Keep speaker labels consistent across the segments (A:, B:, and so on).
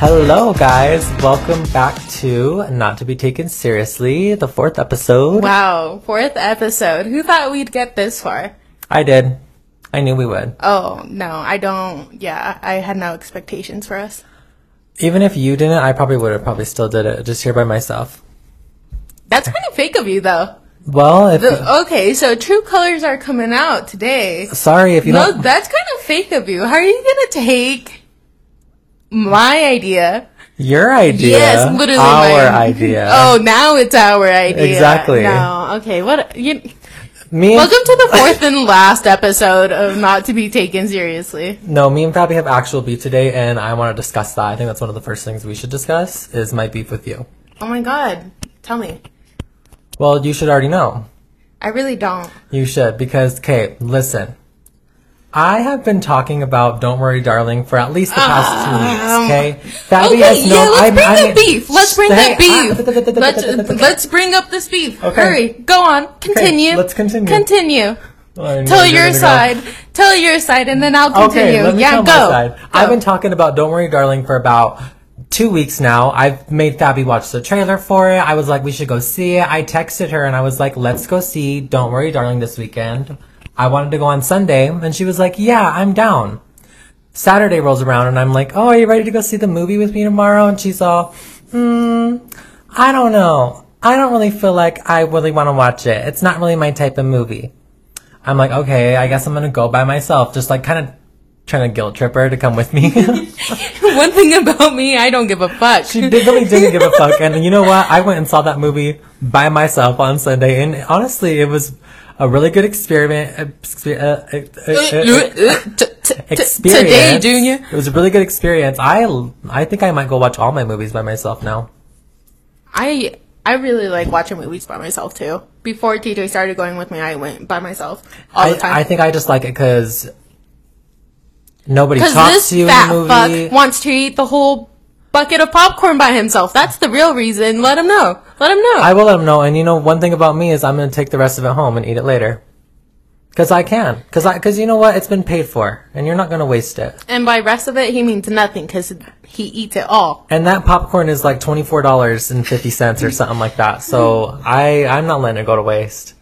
A: Hello, guys. Welcome back to Not to Be Taken Seriously, the fourth episode.
B: Wow, fourth episode. Who thought we'd get this far?
A: I did. I knew we would.
B: Oh, no, I don't. Yeah, I had no expectations for us.
A: Even if you didn't, I probably would have probably still did it just here by myself.
B: That's kind of fake of you, though.
A: Well, if
B: The, okay, so True Colors are coming out today.
A: sorry if you
B: No,
A: don't.
B: that's kind of fake of you. How are you going to take my idea?
A: your idea.
B: Yes, literally
A: our
B: my
A: idea.
B: Oh, now it's our idea.
A: Exactly.
B: No, okay. What you,
A: me. and-
B: Welcome to the fourth and last episode of Not to Be Taken Seriously.
A: no, me and Fabi have actual beef today, and I want to discuss that. I think that's one of the first things we should discuss is my beef with you.
B: Oh my god. Tell me.
A: Well, you should already know.
B: I really don't.
A: You should, because, Kate, listen. I have been talking about Don't Worry Darling for at least the past two weeks, okay? Fabi
B: Okay,
A: has
B: yeah,
A: known-
B: let's
A: I'm-
B: bring
A: I'm-
B: the beef. Let's bring
A: Hey,
B: the beef.
A: I-
B: let's, let's bring up this beef.
A: Okay.
B: Hurry, go on. Continue.
A: let's continue.
B: Continue.
A: I know
B: Tell
A: you're
B: your
A: gonna go.
B: side. Tell your side, and then I'll continue.
A: Okay, let me
B: yeah,
A: tell
B: go.
A: my side. I've
B: Go.
A: been talking about Don't Worry Darling for about two weeks now. I've made Fabi watch the trailer for it. I was like, we should go see it. I texted her and I was like, let's go see Don't Worry Darling this weekend. I wanted to go on Sunday, and she was like, yeah, I'm down. Saturday rolls around, and I'm like, oh, are you ready to go see the movie with me tomorrow? And she's all, hmm, I don't know. I don't really feel like I really want to watch it. It's not really my type of movie. I'm like, okay, I guess I'm gonna go by myself, just like kind of trying to guilt trip her to come with me.
B: One thing about me, I don't give a fuck.
A: she did, really didn't give a fuck. And you know what? I went and saw that movie by myself on Sunday, and honestly, it was a really good experiment. exper- uh, uh, uh, uh,
B: T- t- t-
A: Experience.
B: Today, Junior.
A: It was a really good experience. I I think I might go watch all my movies by myself now.
B: I I really like watching movies by myself too. Before TJ started going with me, I went by myself all
A: I,
B: the time.
A: I think I just like it because nobody
B: Because
A: talks
B: this
A: to you in
B: fat
A: the movie.
B: fuck wants to eat the whole bucket of popcorn by himself. That's the real reason. Let him know. Let him know.
A: I will let them know. And you know, one thing about me is I'm going to take the rest of it home and eat it later. Because I can. Because I, cause you know what? It's been paid for. And you're not going to waste it.
B: and by rest of it, he means nothing because he eats it all.
A: And that popcorn is like $24.50 or something like that. So I, I'm not letting it go to waste.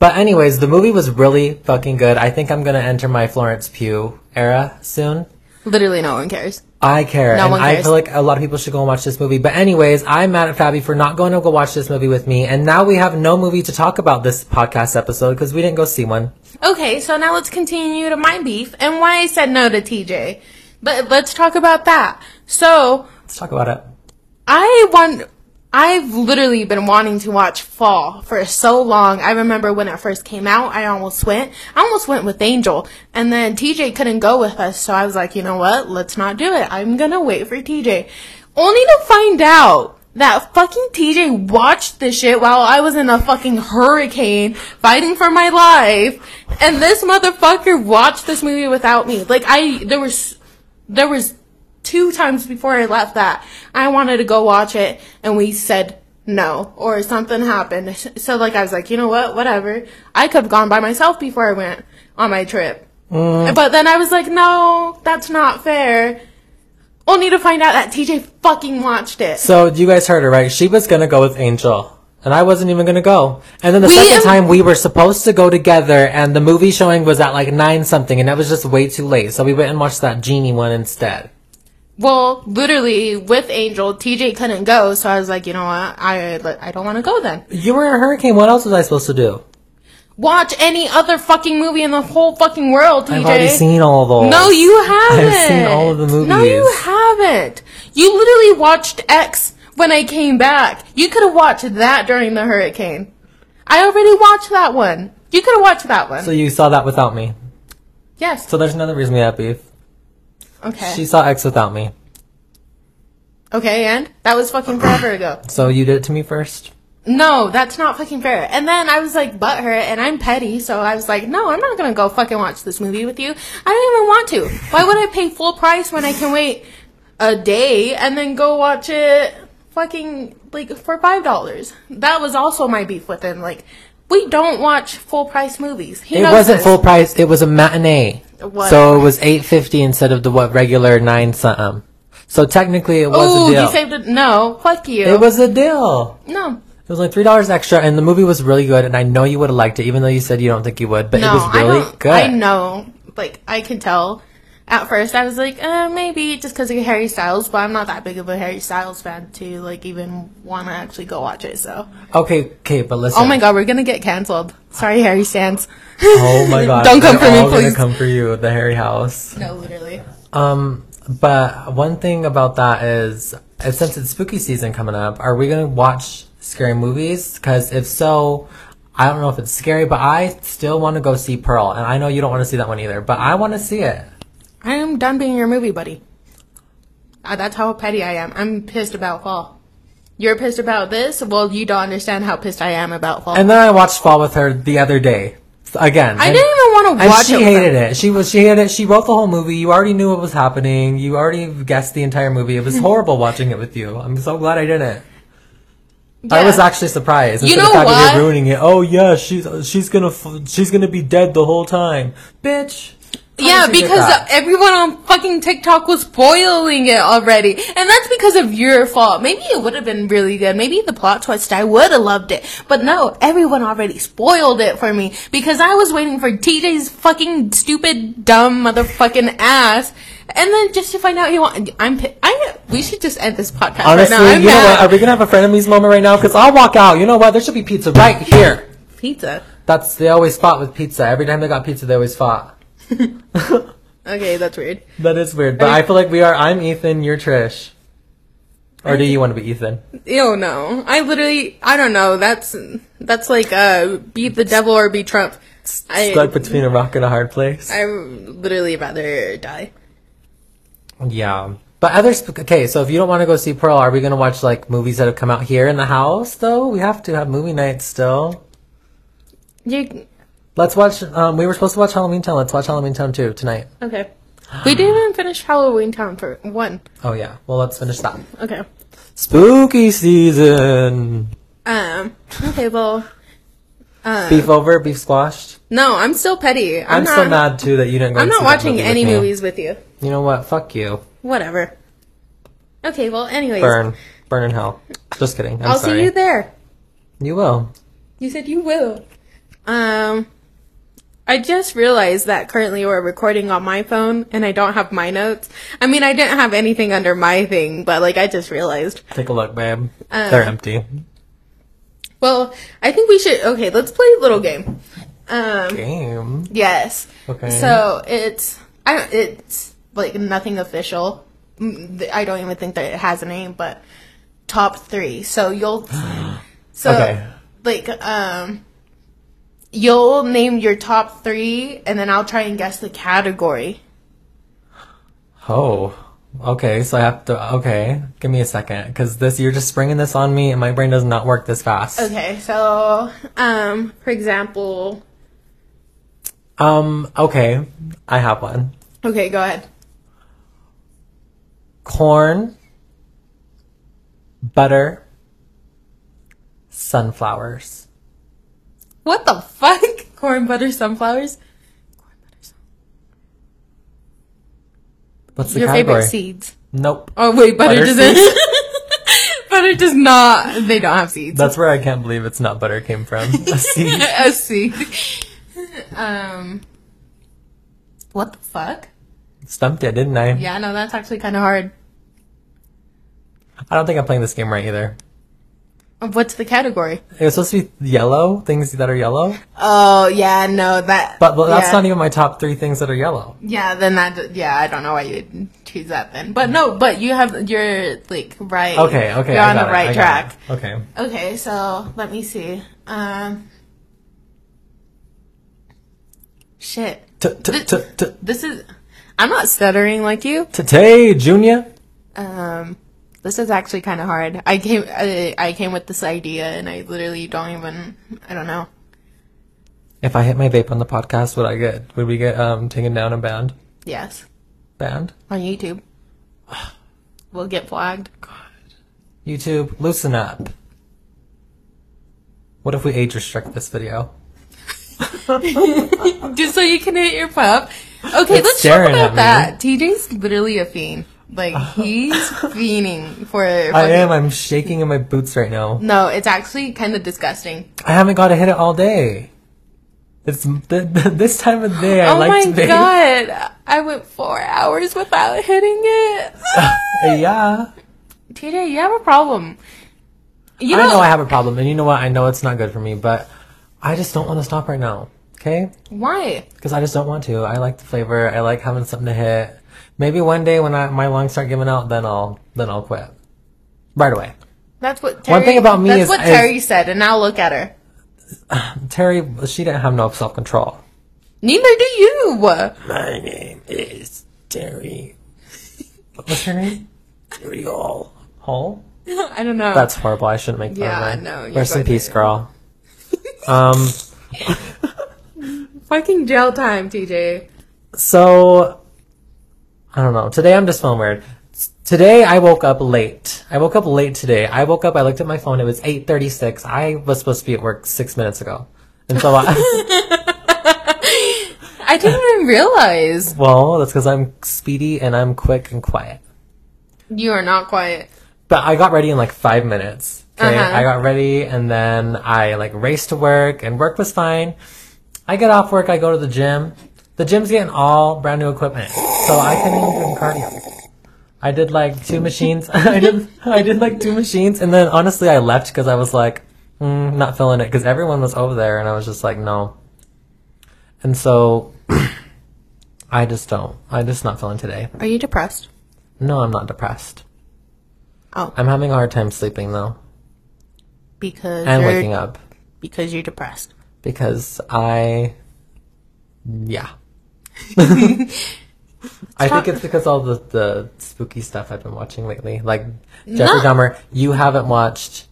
A: But anyways, the movie was really fucking good. I think I'm going to enter my Florence Pugh era soon.
B: Literally, no one cares.
A: I care,
B: No
A: and
B: one
A: I
B: cares.
A: feel like a lot of people should go and watch this movie. But anyways, I'm mad at Fabi for not going to go watch this movie with me, and now we have no movie to talk about this podcast episode because we didn't go see one.
B: Okay, so now let's continue to my beef and why I said no to TJ. But let's talk about that. So
A: Let's talk about it.
B: I want. I've literally been wanting to watch Fall for so long. I remember when it first came out, I almost went. I almost went with Angel, and then TJ couldn't go with us, so I was like, you know what? Let's not do it. I'm gonna wait for TJ. Only to find out that fucking TJ watched this shit while I was in a fucking hurricane fighting for my life, and this motherfucker watched this movie without me. Like I, there was there was two times before I left that I wanted to go watch it and we said no or something happened. So like I was like, you know what, whatever. I could have gone by myself before I went on my trip.
A: Mm.
B: But then I was like, no, that's not fair. Only to find out that TJ fucking watched it.
A: So you guys heard her, right? She was gonna go with Angel, and I wasn't even gonna go. And then the
B: We
A: second
B: am-
A: time we were supposed to go together, and the movie showing was at like nine something, and that was just way too late. So we went and watched that genie one instead.
B: Well, literally with Angel, TJ couldn't go, so I was like, you know what, I I don't want to go then.
A: You were in a hurricane. What else was I supposed to do?
B: Watch any other fucking movie in the whole fucking world, TJ.
A: I've already seen all those.
B: E No, you haven't.
A: I've seen all of the movies.
B: No, you haven't. You literally watched X when I came back. You could have watched that during the hurricane. I already watched that one. You could have watched that one.
A: So you saw that without me.
B: yes.
A: So there's another reason we have beef.
B: okay.
A: She saw X without me.
B: okay, and that was fucking forever ago.
A: So you did it to me first.
B: No, that's not fucking fair. And then I was like butthurt, and I'm petty, so I was like, no, I'm not gonna go fucking watch this movie with you. I don't even want to. Why would I pay full price when I can wait a day and then go watch it fucking like for five dollars? That was also my beef with him. Like, we don't watch full price movies. He
A: It
B: knows
A: wasn't
B: this.
A: full price. It was a matinee.
B: It was.
A: So it was eight fifty instead of the what regular nine something. So technically, it was
B: Ooh,
A: a deal.
B: you saved it. No, fuck you.
A: it was a deal.
B: no.
A: It was only three dollars extra, and the movie was really good. And I know you would have liked it, even though you said you don't think you would. But
B: No,
A: it was
B: I
A: really
B: don't.
A: good.
B: I know. Like I can tell. At first, I was like, uh, maybe just because of Harry Styles, but I'm not that big of a Harry Styles fan to like even want to actually go watch it. So,
A: Okay, okay, but listen.
B: oh my god, we're gonna get canceled. Sorry, Harry Stands.
A: Oh my god.
B: Don't come
A: They're
B: for me,
A: all gonna
B: please.
A: Come for you, the Harry House.
B: No, literally.
A: Um, but one thing about that is, uh, since it's spooky season coming up, are we gonna watch scary movies? Because if so, I don't know if it's scary, but I still want to go see Pearl, and I know you don't want to see that one either, but I want to see it.
B: I am done being your movie buddy. Uh, that's how petty I am. I'm pissed about fall. You're pissed about this? Well, you don't understand how pissed I am about fall.
A: And then I watched Fall with her the other day again.
B: I
A: and-
B: didn't even want to
A: And
B: watch
A: she
B: it. with
A: hated
B: them.
A: it. She was she hated it. She wrote the whole movie. You already knew what was happening. You already guessed the entire movie. It was horrible watching it with you. I'm so glad I didn't. I
B: Yeah.
A: was actually surprised.
B: You
A: Instead of
B: know
A: talking about
B: what?
A: ruining it. Oh yeah, she's she's gonna f- she's gonna be dead the whole time, bitch. How
B: Yeah,
A: did you get
B: because uh,
A: that?
B: everyone on fucking TikTok was spoiling it already. And that's because of your fault. Maybe it would have been really good. Maybe the plot twist, I would have loved it. But no, everyone already spoiled it for me because I was waiting for TJ's fucking stupid, dumb motherfucking ass. And then just to find out he want, I'm, pi- I, we should just end this podcast
A: honestly,
B: right now. I'm
A: you know what? Are
B: mad.
A: we gonna have a frenemies moment right now? Because I'll walk out. You know what? There should be pizza right here.
B: Pizza.
A: That's they always fought with pizza. Every time they got pizza, they always fought.
B: Okay, that's weird.
A: That is weird, but
B: Are
A: I
B: you-
A: feel like we are. I'm Ethan. You're Trish. Or do you want to be Ethan?
B: Ew, no. I literally, I don't know. That's, that's like, uh, beat the devil or be Trump. I,
A: Stuck between a rock and a hard place.
B: I would literally rather die.
A: yeah. But others, okay, so if you don't want to go see Pearl, are we going to watch like movies that have come out here in the house though? We have to have movie night still.
B: You
A: Let's watch, um, we were supposed to watch Halloween Town. Let's watch Halloween Town 2 tonight.
B: okay? We didn't even finish Halloween Town for one.
A: Oh yeah. Well, let's finish that.
B: Okay.
A: Spooky season.
B: Um. Okay. Well. Uh.
A: Beef over, beef squashed.
B: No, I'm still petty. I'm,
A: I'm,
B: not.
A: so mad too that you didn't go
B: I'm
A: and
B: not
A: see that
B: watching
A: movie with
B: any
A: me.
B: movies with you.
A: You know what? Fuck you.
B: Whatever. Okay. Well. Anyways,
A: Burn. Burn in hell. Just kidding. I'm
B: I'll
A: sorry.
B: see you there.
A: You will.
B: You said you will. Um. I just realized that currently we're recording on my phone and I don't have my notes. I mean, I didn't have anything under my thing, but like I just realized.
A: Take a look, babe.
B: Uh,
A: They're empty.
B: Well, I think we should. Okay, let's play a little game. Um,
A: Game.
B: yes.
A: Okay.
B: So it's I it's like nothing official. Mm, th- I don't even think that it has a name, but top three. So you'll so
A: Okay.
B: like um you'll name your top three, and then I'll try and guess the category.
A: Oh, okay. So I have to. Okay, give me a second, because this you're just springing this on me, and my brain does not work this fast.
B: Okay. So um for example,
A: Um. Okay, I have one.
B: okay, go ahead.
A: Corn, butter, sunflowers.
B: What the fuck? Corn butter sunflowers.
A: What's the
B: Your
A: category?
B: favorite seeds.
A: Nope.
B: Oh wait, butter,
A: Butter
B: doesn't. butter does not. They don't have seeds.
A: That's where I can't believe it's not butter came from. A seed.
B: a seed. Um. What the fuck?
A: Stumped it, didn't I?
B: Yeah, no, that's actually kind of hard.
A: I don't think I'm playing this game right either.
B: Uh, What's the category?
A: It was supposed to be yellow things that are yellow,
B: Oh yeah, no that.
A: but, but that's
B: yeah.
A: not e- even my top three things that are yellow.
B: Yeah, then that. Yeah, I don't know why you would choose that then. But no, but you have you're like right.
A: Okay. Okay.
B: You're
A: I
B: on
A: got
B: the
A: it,
B: right
A: I got
B: track.
A: it. Okay.
B: Okay, so let me see. Um. Shit.
A: T- t- t- t-
B: This is. I'm not stuttering like you.
A: Today, Junior.
B: Um, this is actually kind of hard. I came. I, I came with this idea, and I literally don't even. I don't know.
A: If I hit my vape on the podcast, would I get? Would we get um taken down and banned?
B: Yes,
A: Banned.
B: on YouTube, we'll get flagged.
A: YouTube, loosen up. What if we age restrict this video?
B: Just so you can hit your pup. Okay, let's talk
A: staring at
B: about
A: me.
B: that. TJ's literally a fiend. Like he's fiending for. a
A: I
B: fucking-
A: am. I'm shaking in my boots right now.
B: No, it's actually kind of disgusting.
A: I haven't got to hit it all day. It's th- this time of day. I
B: oh
A: like
B: my
A: to vape.
B: god! I went four hours without hitting it.
A: Uh, yeah.
B: TJ, you have a problem. You know,
A: I know I have a problem, and you know what? I know it's not good for me, but I just don't want to stop right now. Okay?
B: why?
A: Because I just don't want to. I like the flavor. I like having something to hit. Maybe one day when I, my lungs start giving out, then I'll then I'll quit. Right away.
B: That's what Terry,
A: thing about me
B: that's
A: is-
B: what
A: is-
B: Terry said, and now look at her.
A: Terry, she didn't have no self control.
B: Neither do you.
A: My name is Terry. What was her name? Terry Hall. Hall?
B: I don't know.
A: That's horrible. I shouldn't make fun
B: Yeah,
A: of her.
B: no, you
A: Rest in
B: got
A: peace,
B: it.
A: girl. um.
B: fucking jail time, TJ.
A: So, I don't know. Today I'm just feeling weird. S- Today I woke up late. I woke up late today. I woke up. I looked at my phone. It was 8:36. I was supposed to be at work six minutes ago, and so I.
B: I didn't even realize
A: well, that's because I'm speedy and I'm quick and quiet.
B: you are not quiet.
A: But I got ready in like five minutes. Okay,
B: Uh-huh.
A: I got ready and then I like raced to work, and work was fine. I get off work. I go to the gym. The gym's getting all brand new equipment, so I couldn't even do cardio. I did like two machines. I did I did like two machines, and then honestly, I left because I was like, mm, not feeling it because everyone was over there, and I was just like, no. And so, I just don't. I just not feeling today.
B: Are you depressed?
A: No, I'm not depressed.
B: Oh,
A: I'm having a hard time sleeping though,
B: because
A: and
B: you're
A: waking up.
B: because you're depressed.
A: because I, yeah. I think it's because all the, the spooky stuff I've been watching lately. Like Jeffrey
B: No.
A: Dahmer. You haven't watched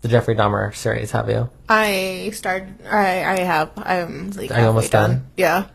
A: the Jeffrey Dahmer series, have you?
B: I started. I I have. I'm like
A: Are you almost
B: halfway
A: done?
B: Yeah.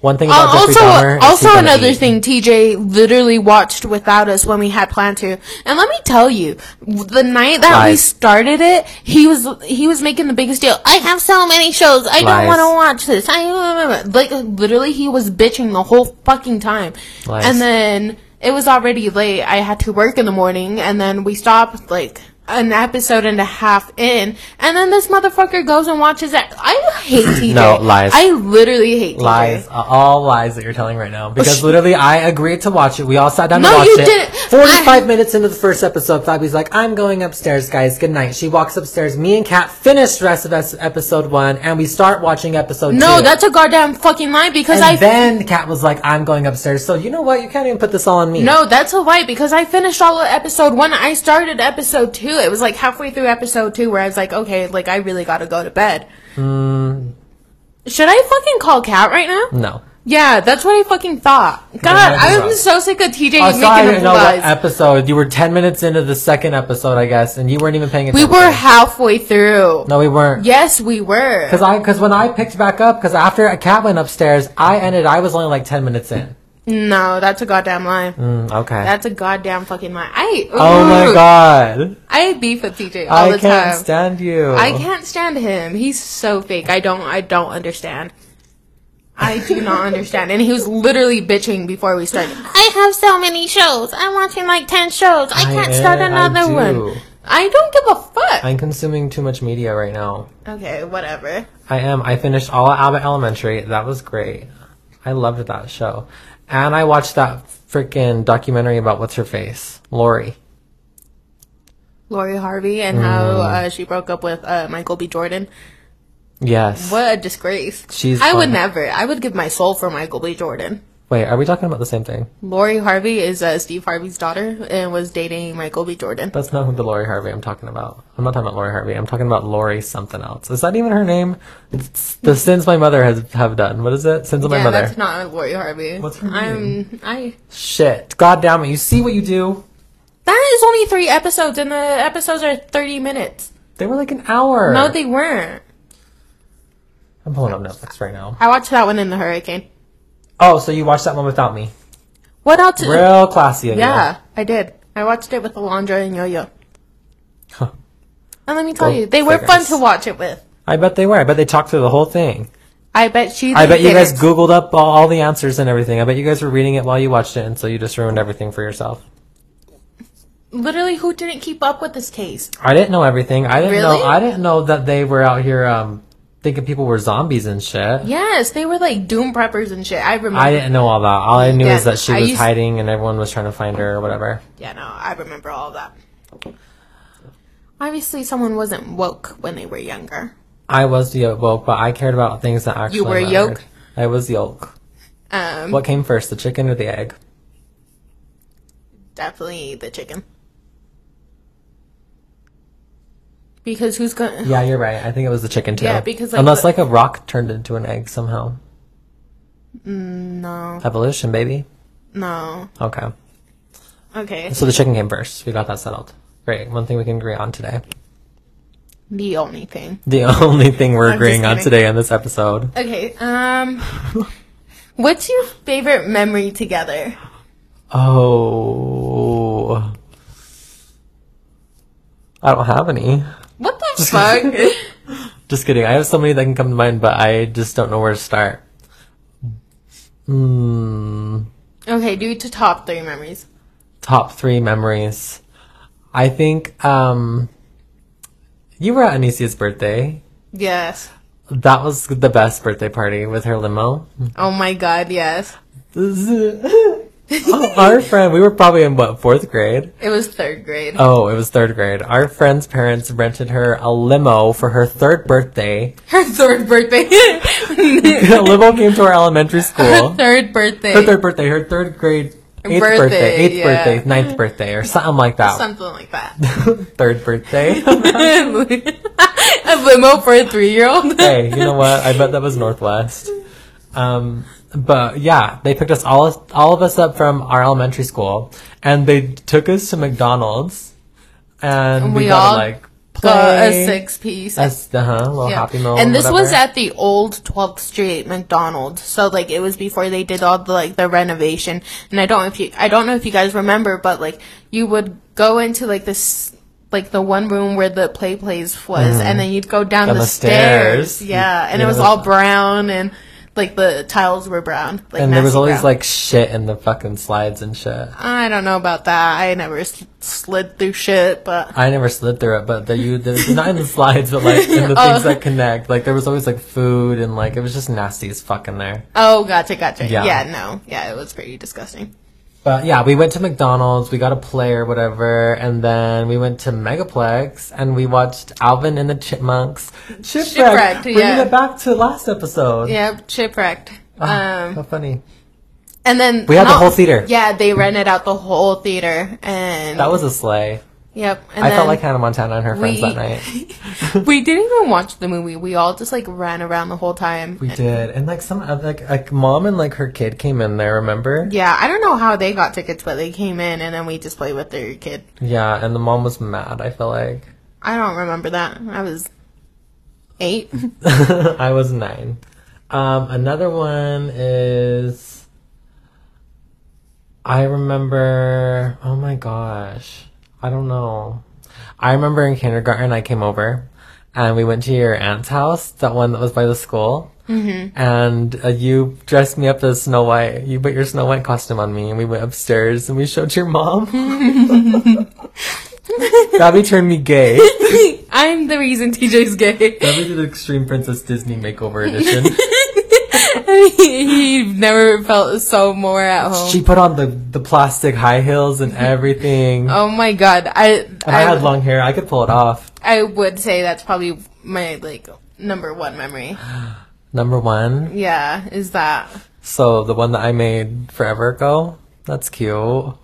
A: One thing
B: Uh,
A: about Jeffrey
B: also,
A: Dahmer. is he
B: also
A: gonna
B: another
A: eat.
B: thing, TJ literally watched without us when we had planned to. And let me tell you, w- the night that we
A: Lies.
B: started it, he was he was making the biggest deal. I have so many shows. I don't
A: Lies.
B: want to watch this. I like literally he was bitching the whole fucking time.
A: Lies.
B: And then it was already late. I had to work in the morning, and then we stopped like. An episode and a half in, and then this motherfucker goes and watches that. I hate TJ.
A: No, lies.
B: I literally hate TJ.
A: Lies, uh, all lies that you're telling right now. Because literally, I agreed to watch it. We all sat down
B: No,
A: to watch
B: you
A: it.
B: didn't.
A: Forty-five
B: I-
A: minutes into the first episode, Fabi's like, "I'm going upstairs, guys. Good night." She walks upstairs. Me and Kat finish the rest of es- episode one, and we start watching episode two.
B: No, that's a goddamn fucking lie because
A: And
B: I
A: then Kat was like, "I'm going upstairs." So you know what? You can't even put this all on me.
B: no, that's a lie because I finished all of episode one. I started episode two. It was like halfway through episode two where I was like, okay, like I really gotta go to bed.
A: Mm.
B: Should I fucking call Cat right now?
A: no.
B: Yeah, that's what I fucking thought. God,
A: that's
B: I'm
A: wrong.
B: so sick of TJ
A: I
B: making
A: saw Oh, I
B: up
A: didn't know what
B: lies.
A: episode. You were ten minutes into the second episode, I guess, and you weren't even paying
B: we
A: attention.
B: were halfway through.
A: No, we weren't.
B: Yes, we were.
A: Because I, because when I picked back up, because after a cat went upstairs, I ended. I was only like ten minutes in.
B: No, that's a goddamn lie.
A: Mm, okay.
B: That's a goddamn fucking lie. I
A: oh my
B: ooh,
A: god.
B: I beef with TJ all
A: I
B: the
A: can't
B: time.
A: stand you.
B: I can't stand him. He's so fake. I don't I don't understand. I do not understand. And he was literally bitching before we started. I have so many shows. I'm watching like 10 shows. I
A: I
B: can't start
A: am- I
B: another
A: do.
B: one. I don't give a fuck.
A: I'm consuming too much media right now.
B: okay, whatever.
A: I am. I finished all of Abbott Elementary. That was great. I loved that show. And I watched that freaking documentary about what's her face? Lori.
B: Lori Harvey and how
A: Mm.
B: uh, she broke up with uh, Michael B. Jordan.
A: Yes.
B: What a disgrace.
A: She's
B: I would
A: fun.
B: never. I would give my soul for Michael B. Jordan.
A: Wait, are we talking about the same thing?
B: Lori Harvey is uh, Steve Harvey's daughter and was dating Michael B. Jordan.
A: That's not the Lori Harvey I'm talking about. I'm not talking about Lori Harvey. I'm talking about Lori something else. Is that even her name? It's the sins my mother has have done. What is it? Sins of my
B: yeah,
A: mother.
B: that's not Lori Harvey.
A: What's her
B: I'm I.
A: Shit. God damn it. You see what you do?
B: That is only three episodes, and the episodes are thirty minutes.
A: They were like an hour.
B: No, they weren't.
A: I'm pulling up Netflix right now.
B: I watched that one in the hurricane.
A: Oh, so you watched that one without me.
B: What else?
A: Real classy of you.
B: yeah, I did. I watched it with Alondra and Yo Yo.
A: Huh.
B: And let me tell
A: Go
B: you, they were fun
A: figures.
B: to watch it with.
A: I bet they were. I bet they talked through the whole thing.
B: I bet she.
A: I bet you guys
B: didn't.
A: Googled up all, all the answers and everything. I bet you guys were reading it while you watched it, and so you just ruined everything for yourself.
B: Literally, who didn't keep up with this case?
A: I didn't know everything. I didn't
B: Really?
A: know. I didn't know that they were out here um, thinking people were zombies and shit.
B: Yes, they were like doom preppers and shit. I remember.
A: I didn't know all that. All I knew
B: Yeah,
A: is that she
B: I
A: was
B: used-
A: hiding and everyone was trying to find her or whatever.
B: Yeah, no, I remember all of that. Obviously, someone wasn't woke when they were younger.
A: I was the woke, but I cared about things that actually.
B: were
A: mattered.
B: yolk?
A: I was yolk.
B: Um,
A: What came first, the chicken or the egg?
B: definitely the chicken. Because who's gonna?
A: Yeah, you're right. I think it was the chicken too.
B: Yeah, because, like,
A: unless
B: the-
A: like a rock turned into an egg somehow,
B: No,
A: evolution, baby.
B: no.
A: Okay,
B: Okay,
A: so the chicken came first. We got that settled. Great. One thing we can agree on today.
B: the only thing.
A: The only thing we're
B: just
A: agreeing on
B: kidding.
A: today in this episode.
B: Okay. Um, what's your favorite memory together?
A: Oh, I don't have any.
B: What the fuck?
A: Just kidding. I have so many that can come to mind, but I just don't know where to start. Mm,
B: okay, do to top three memories.
A: top three memories. I think um, you were at Anicia's birthday.
B: Yes.
A: That was the best birthday party with her limo. Oh,
B: Oh my god, yes.
A: Our friend, we were probably in what fourth grade.
B: It was third grade.
A: Oh, it was third grade. Our friend's parents rented her a limo for her third birthday.
B: Her third birthday.
A: a limo came to our elementary school.
B: Her third birthday.
A: Her third birthday, her third grade, eighth birthday,
B: Birthday,
A: eighth
B: yeah.
A: birthday, ninth birthday, or something like that.
B: Something like that.
A: third birthday.
B: a limo for a three year old.
A: hey, you know what? I bet that was Northwest. Um, but yeah, they picked us all all of us up from our elementary school, and they took us to McDonald's, and we,
B: We
A: got
B: all
A: to, like play
B: Got a six piece.
A: a s- uh-huh, a little
B: Yeah.
A: happy meal,
B: and this was
A: whatever.
B: at the old 12th Street McDonald's, so like it was before they did all the like the renovation. And I don't know if you, I don't know if you guys remember, but like you would go into like this, like the one room where the play place was, and then you'd go down
A: Mm-hmm. Down
B: the,
A: the
B: stairs.
A: stairs.
B: Yeah, and
A: Yeah,
B: it was
A: that's-
B: all brown and like the tiles were brown. Like
A: and there was
B: nasty
A: always
B: brown.
A: like shit in the fucking slides and shit.
B: I don't know about that. I never s- slid through shit, but
A: I never slid through it, but the you the, not in the slides, but like in the
B: Oh.
A: things that connect. Like there was always like food and like it was just nasty as fuck in there.
B: oh, gotcha, gotcha.
A: Yeah.
B: yeah, no, yeah, it was pretty disgusting.
A: But yeah, we went to McDonald's, we got a play or whatever, and then we went to Megaplex and we watched Alvin and the Chipmunks. Shipwrecked.
B: Shipwrecked,
A: Bringing
B: yeah.
A: it back to last episode.
B: Yeah, shipwrecked. Um,
A: How funny.
B: and then
A: Ah. We had the
B: not-
A: whole theater.
B: Yeah, they rented out the whole theater, and
A: That was a sleigh.
B: yep. And
A: I
B: then
A: felt like Hannah Montana and her friends
B: we-
A: that night.
B: we didn't even watch the movie. We all just like ran around the whole time.
A: We did. And like some other- like like mom and like her kid came in there, remember?
B: yeah, I don't know how they got tickets, but they came in, and then we just played with their kid.
A: Yeah, and the mom was mad, I feel like.
B: I don't remember that. I was eight.
A: I was nine. Um, another one is. I remember. Oh my gosh. I don't know. I remember in kindergarten, I came over and we went to your aunt's house, that one that was by the school. Mm-hmm. And uh, you dressed me up as Snow White. You put your Snow White costume on me, and we went upstairs and we showed your mom. Gabby turned me gay.
B: I'm the reason TJ's gay.
A: Gabby did Extreme Princess Disney Makeover Edition.
B: he never felt so more at home.
A: She put on the, the plastic high heels and everything.
B: Oh my god, I
A: And I had long hair. I could pull it off.
B: I would say that's probably my like number one memory.
A: Number one.
B: Yeah, is that
A: So the one that I made forever ago. That's cute.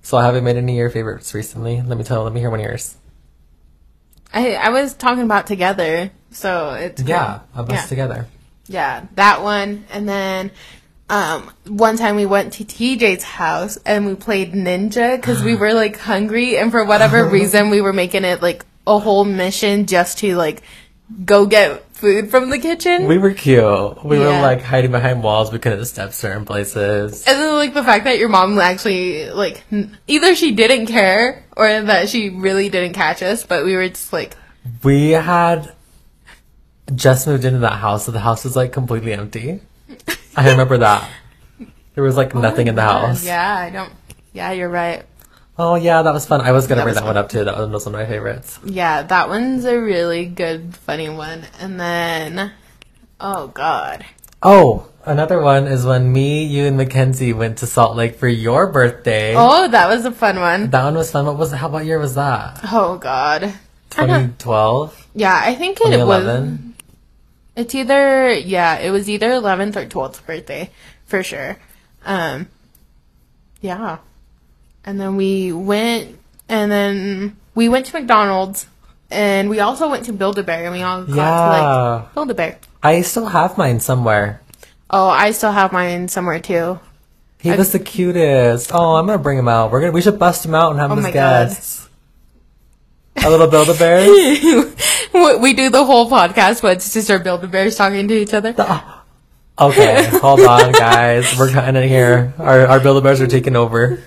A: So I haven't made any of your favorites recently. Let me tell. Let me hear one of yours.
B: I I was talking about together, so it's
A: Yeah, of us
B: Yeah.
A: together.
B: yeah that one, and then um one time we went to TJ's house and we played ninja because we were like hungry and for whatever reason we were making it like a whole mission just to like go get food from the kitchen.
A: We were cute. We were
B: Yeah.
A: like hiding behind walls. We couldn't step certain places.
B: And then, like, the fact that your mom actually, like, n- either she didn't care or that she really didn't catch us, but we were just like,
A: We had just moved into that house, so the house was like completely empty. I remember that. There was like nothing in the house.
B: Oh Yeah, I don't. Yeah, you're right.
A: Oh yeah, that was fun. I was gonna
B: That
A: bring
B: was
A: that one
B: fun.
A: up too. That one was one of my favorites.
B: Yeah, that one's a really good, funny one. And then, oh god,
A: Oh, another one is when me, you, and Mackenzie went to Salt Lake for your birthday.
B: oh, that was a fun one.
A: That one was fun. What was how what year was that?
B: Oh god, I don't-
A: Twenty twelve?
B: yeah, I think
A: Twenty
B: it was.
A: eleven?
B: It's either yeah, it was either eleventh or twelfth birthday for sure. Um, yeah, and then we went, and then we went to McDonald's, and we also went to Build a Bear, and we all got to
A: Yeah.
B: like Build a Bear.
A: I still have mine somewhere.
B: Oh, I still have mine somewhere too.
A: He was the cutest. Oh, I'm gonna bring him out. We're gonna we should bust him out and have him
B: Oh my
A: as
B: God.
A: guests. A little build a bear.
B: we we do the whole podcast, but it's just our Build a Bears talking to each other.
A: Okay, hold on, guys. We're cutting it here. Our our build a bears are taking over.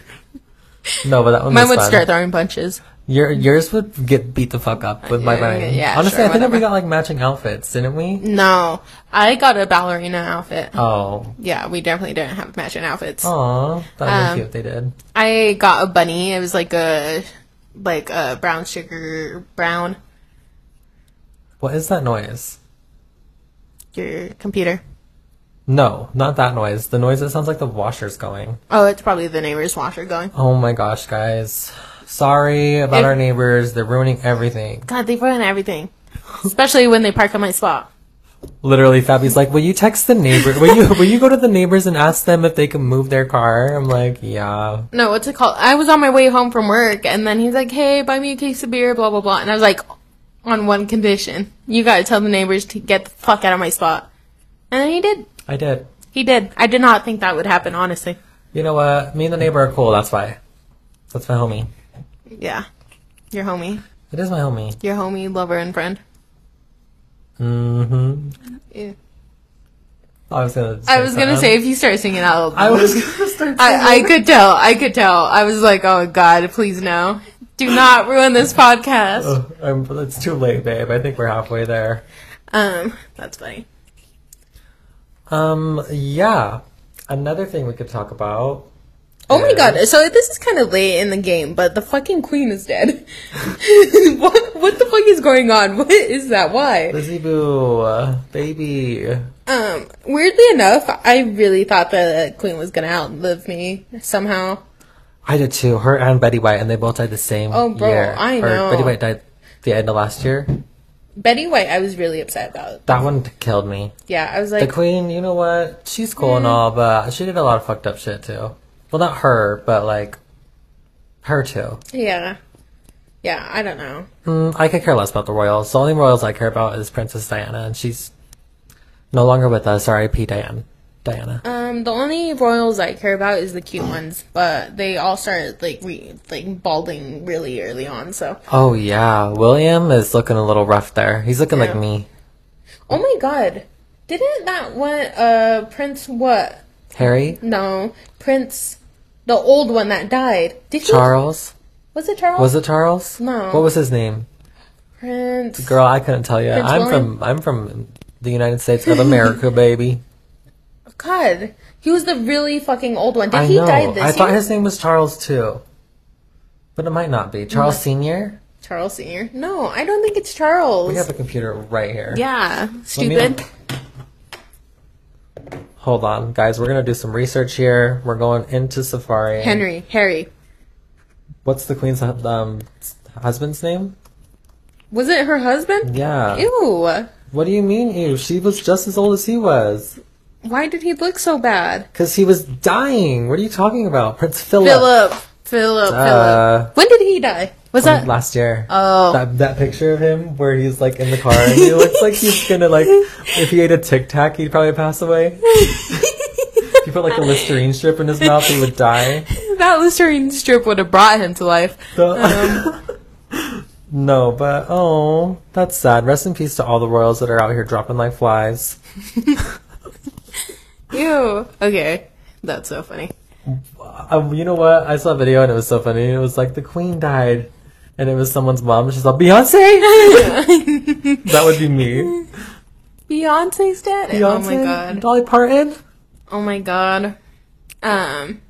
A: No, but that one
B: Mine
A: was
B: would
A: fun.
B: start throwing punches.
A: Your yours would get beat the fuck up with my
B: Yeah,
A: mine.
B: yeah,
A: Honestly,
B: sure,
A: I think that we got
B: whatever.
A: like matching outfits, didn't we?
B: No, I got a ballerina outfit.
A: Oh,
B: Yeah, we definitely didn't have matching outfits.
A: aw, that would
B: Um,
A: be cute. if They did.
B: I got a bunny. It was like a like a brown sugar brown
A: What is that noise?
B: your computer.
A: No, not that noise. The noise that sounds like the washer's going.
B: Oh, it's probably the neighbor's washer going.
A: Oh my gosh, guys. Sorry about
B: If-
A: our neighbors. They're ruining everything.
B: God, they ruin everything. Especially when they park on my spot.
A: Literally, Fabi's like, "Will you text the neighbor? Will you will you go to the neighbors and ask them if they can move their car?" I'm like, "Yeah."
B: No, what's it called? I was on my way home from work and then he's like, Hey, buy me a case of beer, blah blah blah and I was like on one condition. You gotta tell the neighbors to get the fuck out of my spot. And then he did.
A: I did.
B: He did. I did not think that would happen, honestly.
A: You know what? Me and the neighbor are cool. That's why. That's my homie.
B: Yeah. Your homie.
A: It is my homie.
B: Your homie, lover and friend.
A: Mm-hmm.
B: Yeah.
A: I was gonna.
B: I was gonna
A: something.
B: say if you start singing out,
A: I
B: I,
A: was gonna start.
B: I, could tell, I could tell. I was like, oh God, please no, do not ruin this podcast.
A: Ugh, Oh, I'm, it's too late, babe. I think we're halfway there.
B: Um, that's funny.
A: Um. Yeah. Another thing we could talk about.
B: Oh my God, so this is kind of late in the game, but the fucking queen is dead. what what the fuck is going on? What is that? Why?
A: Lizzie Boo, uh, baby.
B: Um, weirdly enough, I really thought that the queen was gonna outlive me somehow.
A: I did too. Her and Betty White, and they both died the same
B: Oh, bro,
A: year.
B: I
A: Or
B: know.
A: Betty White died the end of last year.
B: Betty White, I was really upset about.
A: That one killed me.
B: Yeah, I was
A: The
B: like,
A: queen, you know what? She's cool and all, but she did a lot of fucked up shit too. Well, not her, but like her too.
B: yeah, yeah, I don't know.
A: Mm, I could care less about the royals. The only royals I care about is Princess Diana, and she's no longer with us. R.I.P. Diane. Diana.
B: Um, the only royals I care about is the cute ones, but they all started like re- like balding really early on. So,
A: Oh yeah, William is looking a little rough there. He's looking like
B: Yeah.
A: me,
B: oh my god, didn't that one uh Prince what?
A: Harry,
B: No, Prince, the old one that died. Did he?
A: Charles.
B: Was it Charles?
A: Was it Charles?
B: No.
A: What was his name?
B: Prince?
A: Girl, I couldn't tell you.
B: Prince
A: I'm
B: William?
A: from I'm from the United States of America, baby.
B: God, he was the really fucking old one. Did
A: I
B: he
A: know.
B: die this
A: I thought
B: year?
A: his name was Charles too, but it might not be Charles Senior.
B: Charles Senior? No, I don't think it's Charles.
A: We have a computer right here.
B: yeah,
A: Let me-
B: stupid.
A: Hold on, guys. We're gonna do some research here. We're going into Safari.
B: Henry, Harry.
A: What's the queen's um husband's name?
B: Was it her husband?
A: Yeah.
B: Ew.
A: What do you mean? Ew. She was just as old as he was.
B: Why did he look so bad?
A: Cause he was dying. What are you talking about, Prince Philip?
B: Philip. Philip.
A: Uh,
B: Philip. When did he die? Was that?
A: last year.
B: Oh.
A: That, that picture of him where he's like in the car and he looks like he's gonna like if he ate a Tic Tac he'd probably pass away. If you put like a Listerine strip in his mouth he would die.
B: that Listerine strip would have brought him to life. Um.
A: The- no, but oh, that's sad. Rest in peace to all the royals that are out here dropping like flies.
B: Ew. Okay. That's so funny.
A: Um, you know what? I saw a video and it was so funny. It was like the Queen died, and it was someone's mom. She's like Beyonce. that would be me.
B: Beyonce status. Oh my
A: Beyonce and
B: god.
A: Dolly Parton.
B: Oh my god. Um.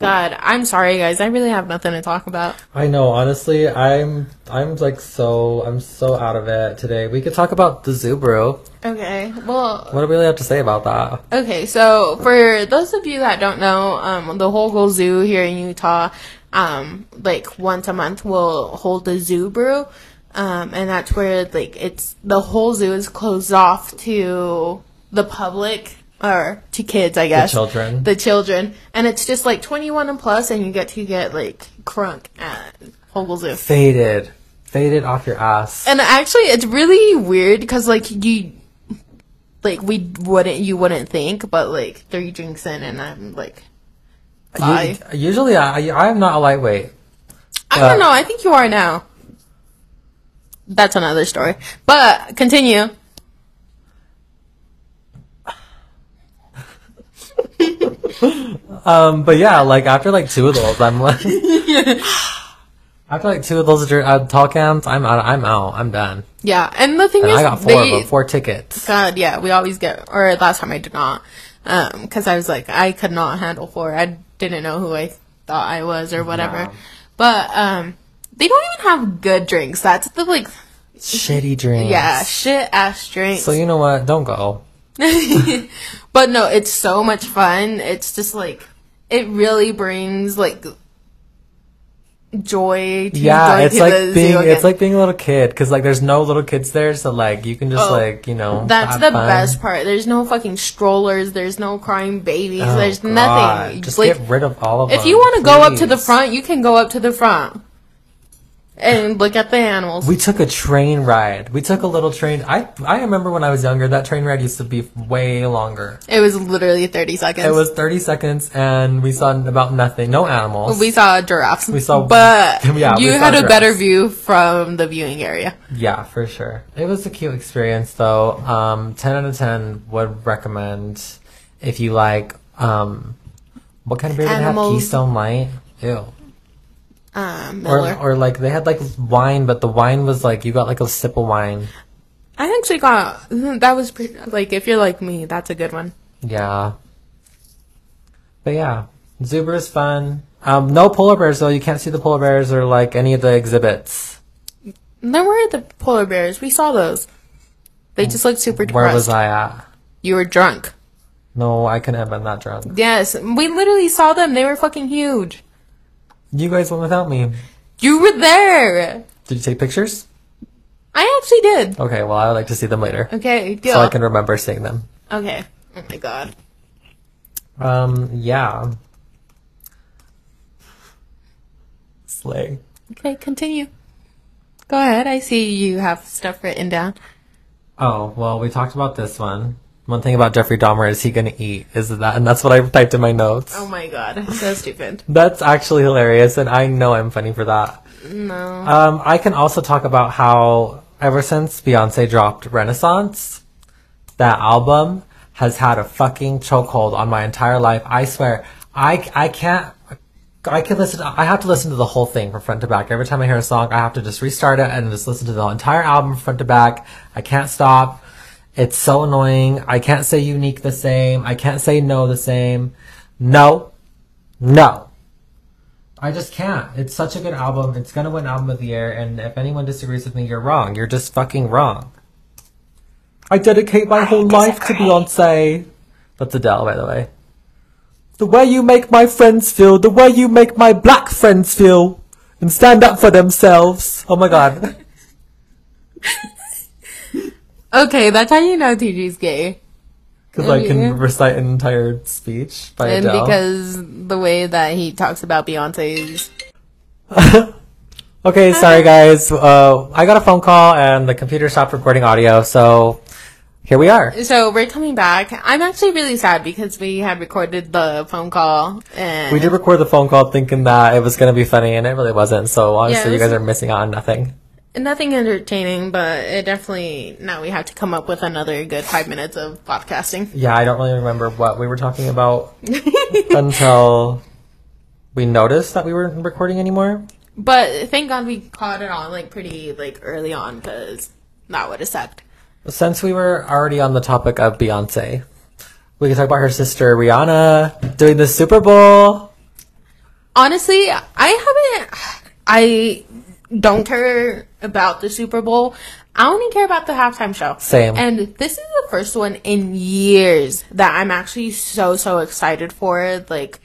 B: God, I'm sorry, guys. I really have nothing to talk about.
A: I know, honestly, I'm I'm like so I'm so out of it today. We could talk about the Zubru.
B: Okay. Well.
A: What do we really have to say about that?
B: Okay. So for those of you that don't know, um, the Hogel Zoo here in Utah, um, like once a month will hold the zoo brew, um, and that's where like it's the whole zoo is closed off to the public or to kids, I guess.
A: children.
B: The children, and it's just like 21 and plus, and you get to get like crunk at Hogel Zoo.
A: Faded. Faded off your ass.
B: And actually, it's really weird because like you, like we wouldn't, you wouldn't think, but like three drinks in, and I'm like,
A: You-
B: bye.
A: usually I I am not a lightweight.
B: I
A: uh,
B: don't know. I think you are now. That's another story. But continue.
A: Um, but yeah, like after like two of those, I'm like after like two of those dr- uh, tall cans, I'm out. I'm out. I'm done.
B: Yeah, and the thing
A: And
B: is,
A: I got four of
B: they-
A: them, four tickets.
B: God, yeah, we always get, or last time I did not, um, cause I was like, I could not handle four. I didn't know who I thought I was or whatever.
A: No.
B: But, um, they don't even have good drinks. That's the, like,
A: Shitty drinks.
B: yeah, shit ass drinks.
A: So you know what? Don't go.
B: but no, it's so much fun. It's just like, it really brings, like, joy to
A: Yeah,
B: going
A: it's
B: to
A: like
B: the
A: being
B: zoo again.
A: it's like being a little kid because like there's no little kids there, so like you can just
B: Oh,
A: like you know.
B: That's
A: have
B: the
A: fun.
B: best part. There's no fucking strollers. There's no crying babies.
A: Oh,
B: there's
A: God.
B: nothing.
A: Just
B: Like,
A: get rid of all of them.
B: If you want to go up to the
A: please.
B: front, you can go up to the front and look at the animals.
A: We took a train ride. We took a little train. I I remember when I was younger, that train ride used to be way longer.
B: it was literally 30 seconds.
A: It was 30 seconds, and we saw about nothing. No animals.
B: we saw giraffes. We
A: saw-
B: but
A: Yeah, we
B: you
A: saw
B: had a better
A: giraffes.
B: view from the viewing area.
A: yeah, for sure. It was a cute experience, though. Um, 10 out of 10 would recommend if you like. Um, what kind of beer did they have?
B: Animals.
A: Keystone Light. Ew.
B: Um,
A: Or,
B: Miller.
A: or like they had like wine, but the wine was like you got like a sip of wine.
B: I actually got mm, that was pretty, like if you're like me, that's a good one.
A: Yeah. But yeah, Zuber is fun. Um, no polar bears though. You can't see the polar bears or like any of the exhibits.
B: And then where are the polar bears? We saw those. They just looked super depressed.
A: Where was I at?
B: You were drunk.
A: No, I couldn't have been that drunk.
B: Yes, we literally saw them. They were fucking huge.
A: You guys went without me.
B: You were there.
A: Did you take pictures?
B: I actually did.
A: Okay, well I would like to see them later,
B: Okay, good.
A: so I can remember seeing them.
B: Okay. Oh my god.
A: Um, yeah. Slay.
B: Okay, continue. Go ahead. I see you have stuff written down.
A: Oh well, we talked about this one. One thing about Jeffrey Dahmer is he gonna eat? Is that? And that's what I typed in my notes.
B: Oh my god. So stupid.
A: That's actually hilarious, and I know I'm funny for that.
B: No.
A: Um, I can also talk about how ever since Beyonce dropped Renaissance, that album has had a fucking chokehold on my entire life. I swear, I I can't. I can listen. To, I have to listen to the whole thing from front to back. Every time I hear a song, I have to just restart it and just listen to the entire album from front to back. I can't stop. It's so annoying. I can't say unique the same. I can't say no the same. No, no. I just can't. It's such a good album. It's gonna win album of the year. And if anyone disagrees with me, you're wrong. You're just fucking wrong. I dedicate my whole life to Beyonce. That's Adele, by the way. The way you make my friends feel, the way you make my black friends feel, and stand up for themselves. Oh my god.
B: Okay, that's how you know TG's gay.
A: Because I
B: Yeah.
A: can recite an entire speech by
B: And
A: Adele.
B: because the way that he talks about Beyonce is.
A: Okay, sorry guys. Uh, I got a phone call and the computer stopped recording audio, so here we are.
B: So we're coming back. I'm actually really sad because we had recorded the phone call and.
A: We did record the phone call thinking that it was going to be funny, and it really wasn't. So
B: Yeah,
A: honestly,
B: it
A: you guys
B: was-
A: are missing out on nothing.
B: Nothing entertaining, but it definitely. Now we have to come up with another good five minutes of podcasting.
A: Yeah, I don't really remember what we were talking about until we noticed that we weren't recording anymore.
B: But thank God we caught it on like pretty like early on because that would have sucked.
A: Since we were already on the topic of Beyonce, we can talk about her sister Rihanna doing the Super Bowl.
B: Honestly, I haven't. I don't care about the Super Bowl. I only care about the halftime show.
A: Same.
B: And this is the first one in years that I'm actually so so excited for. Like,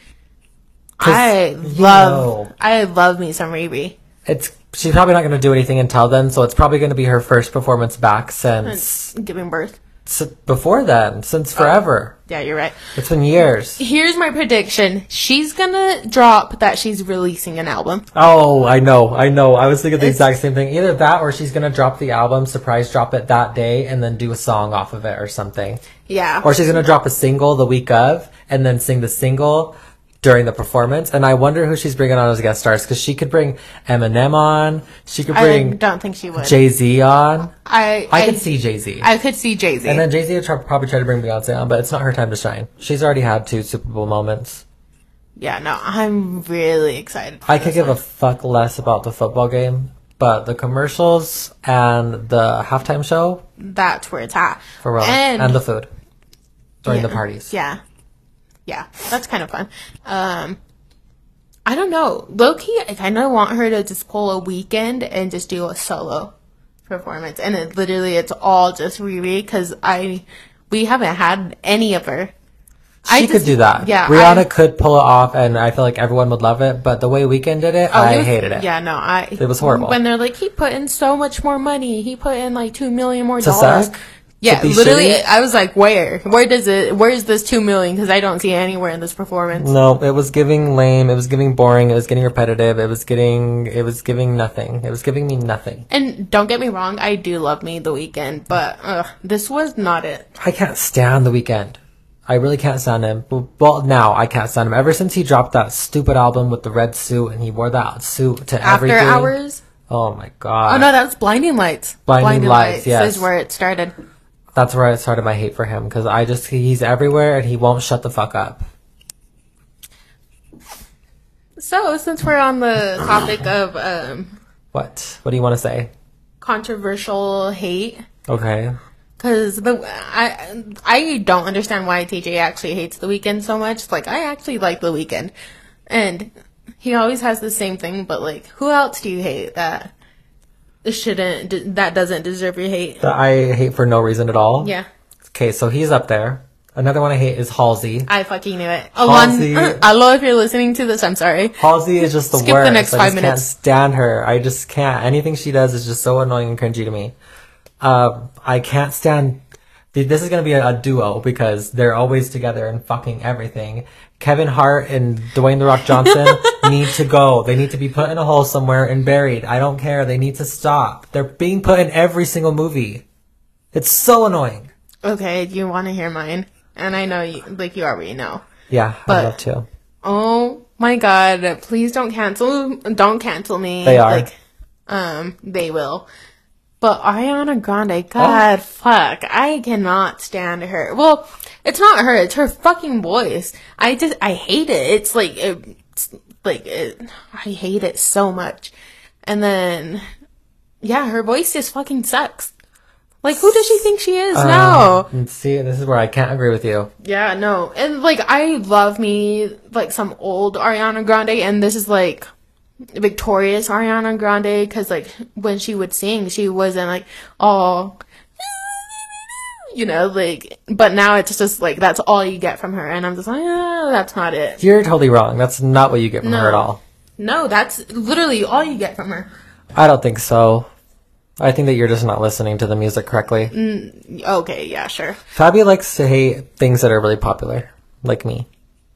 A: 'Cause,
B: I
A: you
B: love,
A: know-
B: I love me some Riri.
A: It's she's probably not going to do anything until then, so it's probably going to be her first performance back since,
B: Giving birth.
A: s before then, since
B: Oh.
A: forever.
B: Yeah, you're right.
A: It's been years.
B: Here's my prediction. She's gonna drop that she's releasing an album.
A: Oh, I know, I know. I was thinking the exact same thing. Either that, or she's going to drop the album, surprise drop it that day, and then do a song off of it or something.
B: Yeah.
A: Or she's gonna drop a single the week of, and then sing the single during the performance. And I wonder who she's bringing on as guest stars because she could bring Eminem on, she could
B: I
A: bring
B: don't think she would.
A: Jay Z on.
B: I
A: I, could see Jay Z,
B: I could see Jay Z.
A: and then Jay Z would try, probably try to bring Beyonce on, but it's not her time to shine. She's already had two Super Bowl moments.
B: yeah, no, I'm really excited.
A: I could give a fuck less about the football game, but the commercials and the halftime show
B: That's where it's at.
A: for real, and,
B: And,
A: the food during
B: yeah,
A: the parties.
B: Yeah. Yeah. That's kind of fun. Um I don't know. Low key, I kind of want her to just pull a weekend and just do a solo performance. And it literally, it's all just Riri because I, we haven't had any of her.
A: She could do that.
B: yeah,
A: Rihanna
B: I-
A: could pull it off, and I feel like everyone would love it. But the way Weekend did it, I
B: it Oh, was-
A: hated it.
B: Yeah, no, I. It
A: was horrible.
B: When they're like, he put in so much more money. He put in like two million more
A: To
B: dollars.
A: suck?
B: Yeah,
A: To be
B: literally,
A: shitty?
B: I was like, where? Where does it? Where is this two million? Because I don't see it anywhere in this performance.
A: No, it was giving lame. It was giving boring. It was getting repetitive. It was getting. It was giving nothing. It was giving me nothing.
B: And don't get me wrong, I do love me the weekend, but ugh, this was not it.
A: I can't stand the Weekend. I really can't stand him. B- Well, now I can't stand him. Ever since he dropped that stupid album with the red suit, and he wore that suit to
B: After
A: everything.
B: hours.
A: Oh my god.
B: Oh no, that was blinding lights.
A: Blinding Lights, yes.
B: is where it started.
A: That's where I started my hate for him because I just he's everywhere and he won't shut the fuck up.
B: So since we're on the topic of um,
A: What? What do you want to say?
B: controversial hate,
A: Okay.
B: Cause the I I don't understand why TJ actually hates the weekend so much. Like I actually like the weekend, and he always has the same thing. But like, who else do you hate that shouldn't that doesn't deserve your hate?
A: that I hate for no reason at all.
B: Yeah,
A: Okay, so he's up there. Another one I hate is Halsey.
B: I fucking knew it. Alon,
A: Halsey.
B: Alo, if you're listening to this, I'm sorry.
A: Halsey is just the
B: Skip the
A: worst.
B: next
A: I
B: five
A: just can't
B: minutes.
A: stand her. I just can't. Anything she does is just so annoying and cringy to me. Um, I can't stand. th- This is gonna be a, a duo because they're always together and fucking everything. Kevin Hart and Dwayne the Rock Johnson need to go. They need to be put in a hole somewhere and buried. I don't care. They need to stop. They're being put in every single movie. It's so annoying.
B: Okay, you want to hear mine, and I know you like you already know.
A: Yeah, I'd
B: But-
A: love to.
B: Oh my god, please don't cancel don't cancel me.
A: They are.
B: Like um they will. But Ariana
A: Oh.
B: Grande, god fuck, I cannot stand her. Well, it's not her, it's her fucking voice. I just I hate it. It's like it's like it, I hate it so much. And then yeah, her voice just fucking sucks. Like who does she think she is?
A: Uh,
B: no.
A: And Um, see, this is where I can't agree with you.
B: Yeah, no. And like I love me like some old Ariana Grande and this is like victorious Ariana Grande cuz like when she would sing, she wasn't like all you know, like but now it's just like that's all you get from her and I'm just like, ah, that's not it.
A: You're totally wrong. That's not what you get from her at
B: No.
A: all.
B: No, that's literally all you get from her.
A: I don't think so. I think that you're just not listening to the music correctly.
B: Mm. Okay, yeah, sure.
A: Fabi likes to hate things that are really popular, like me.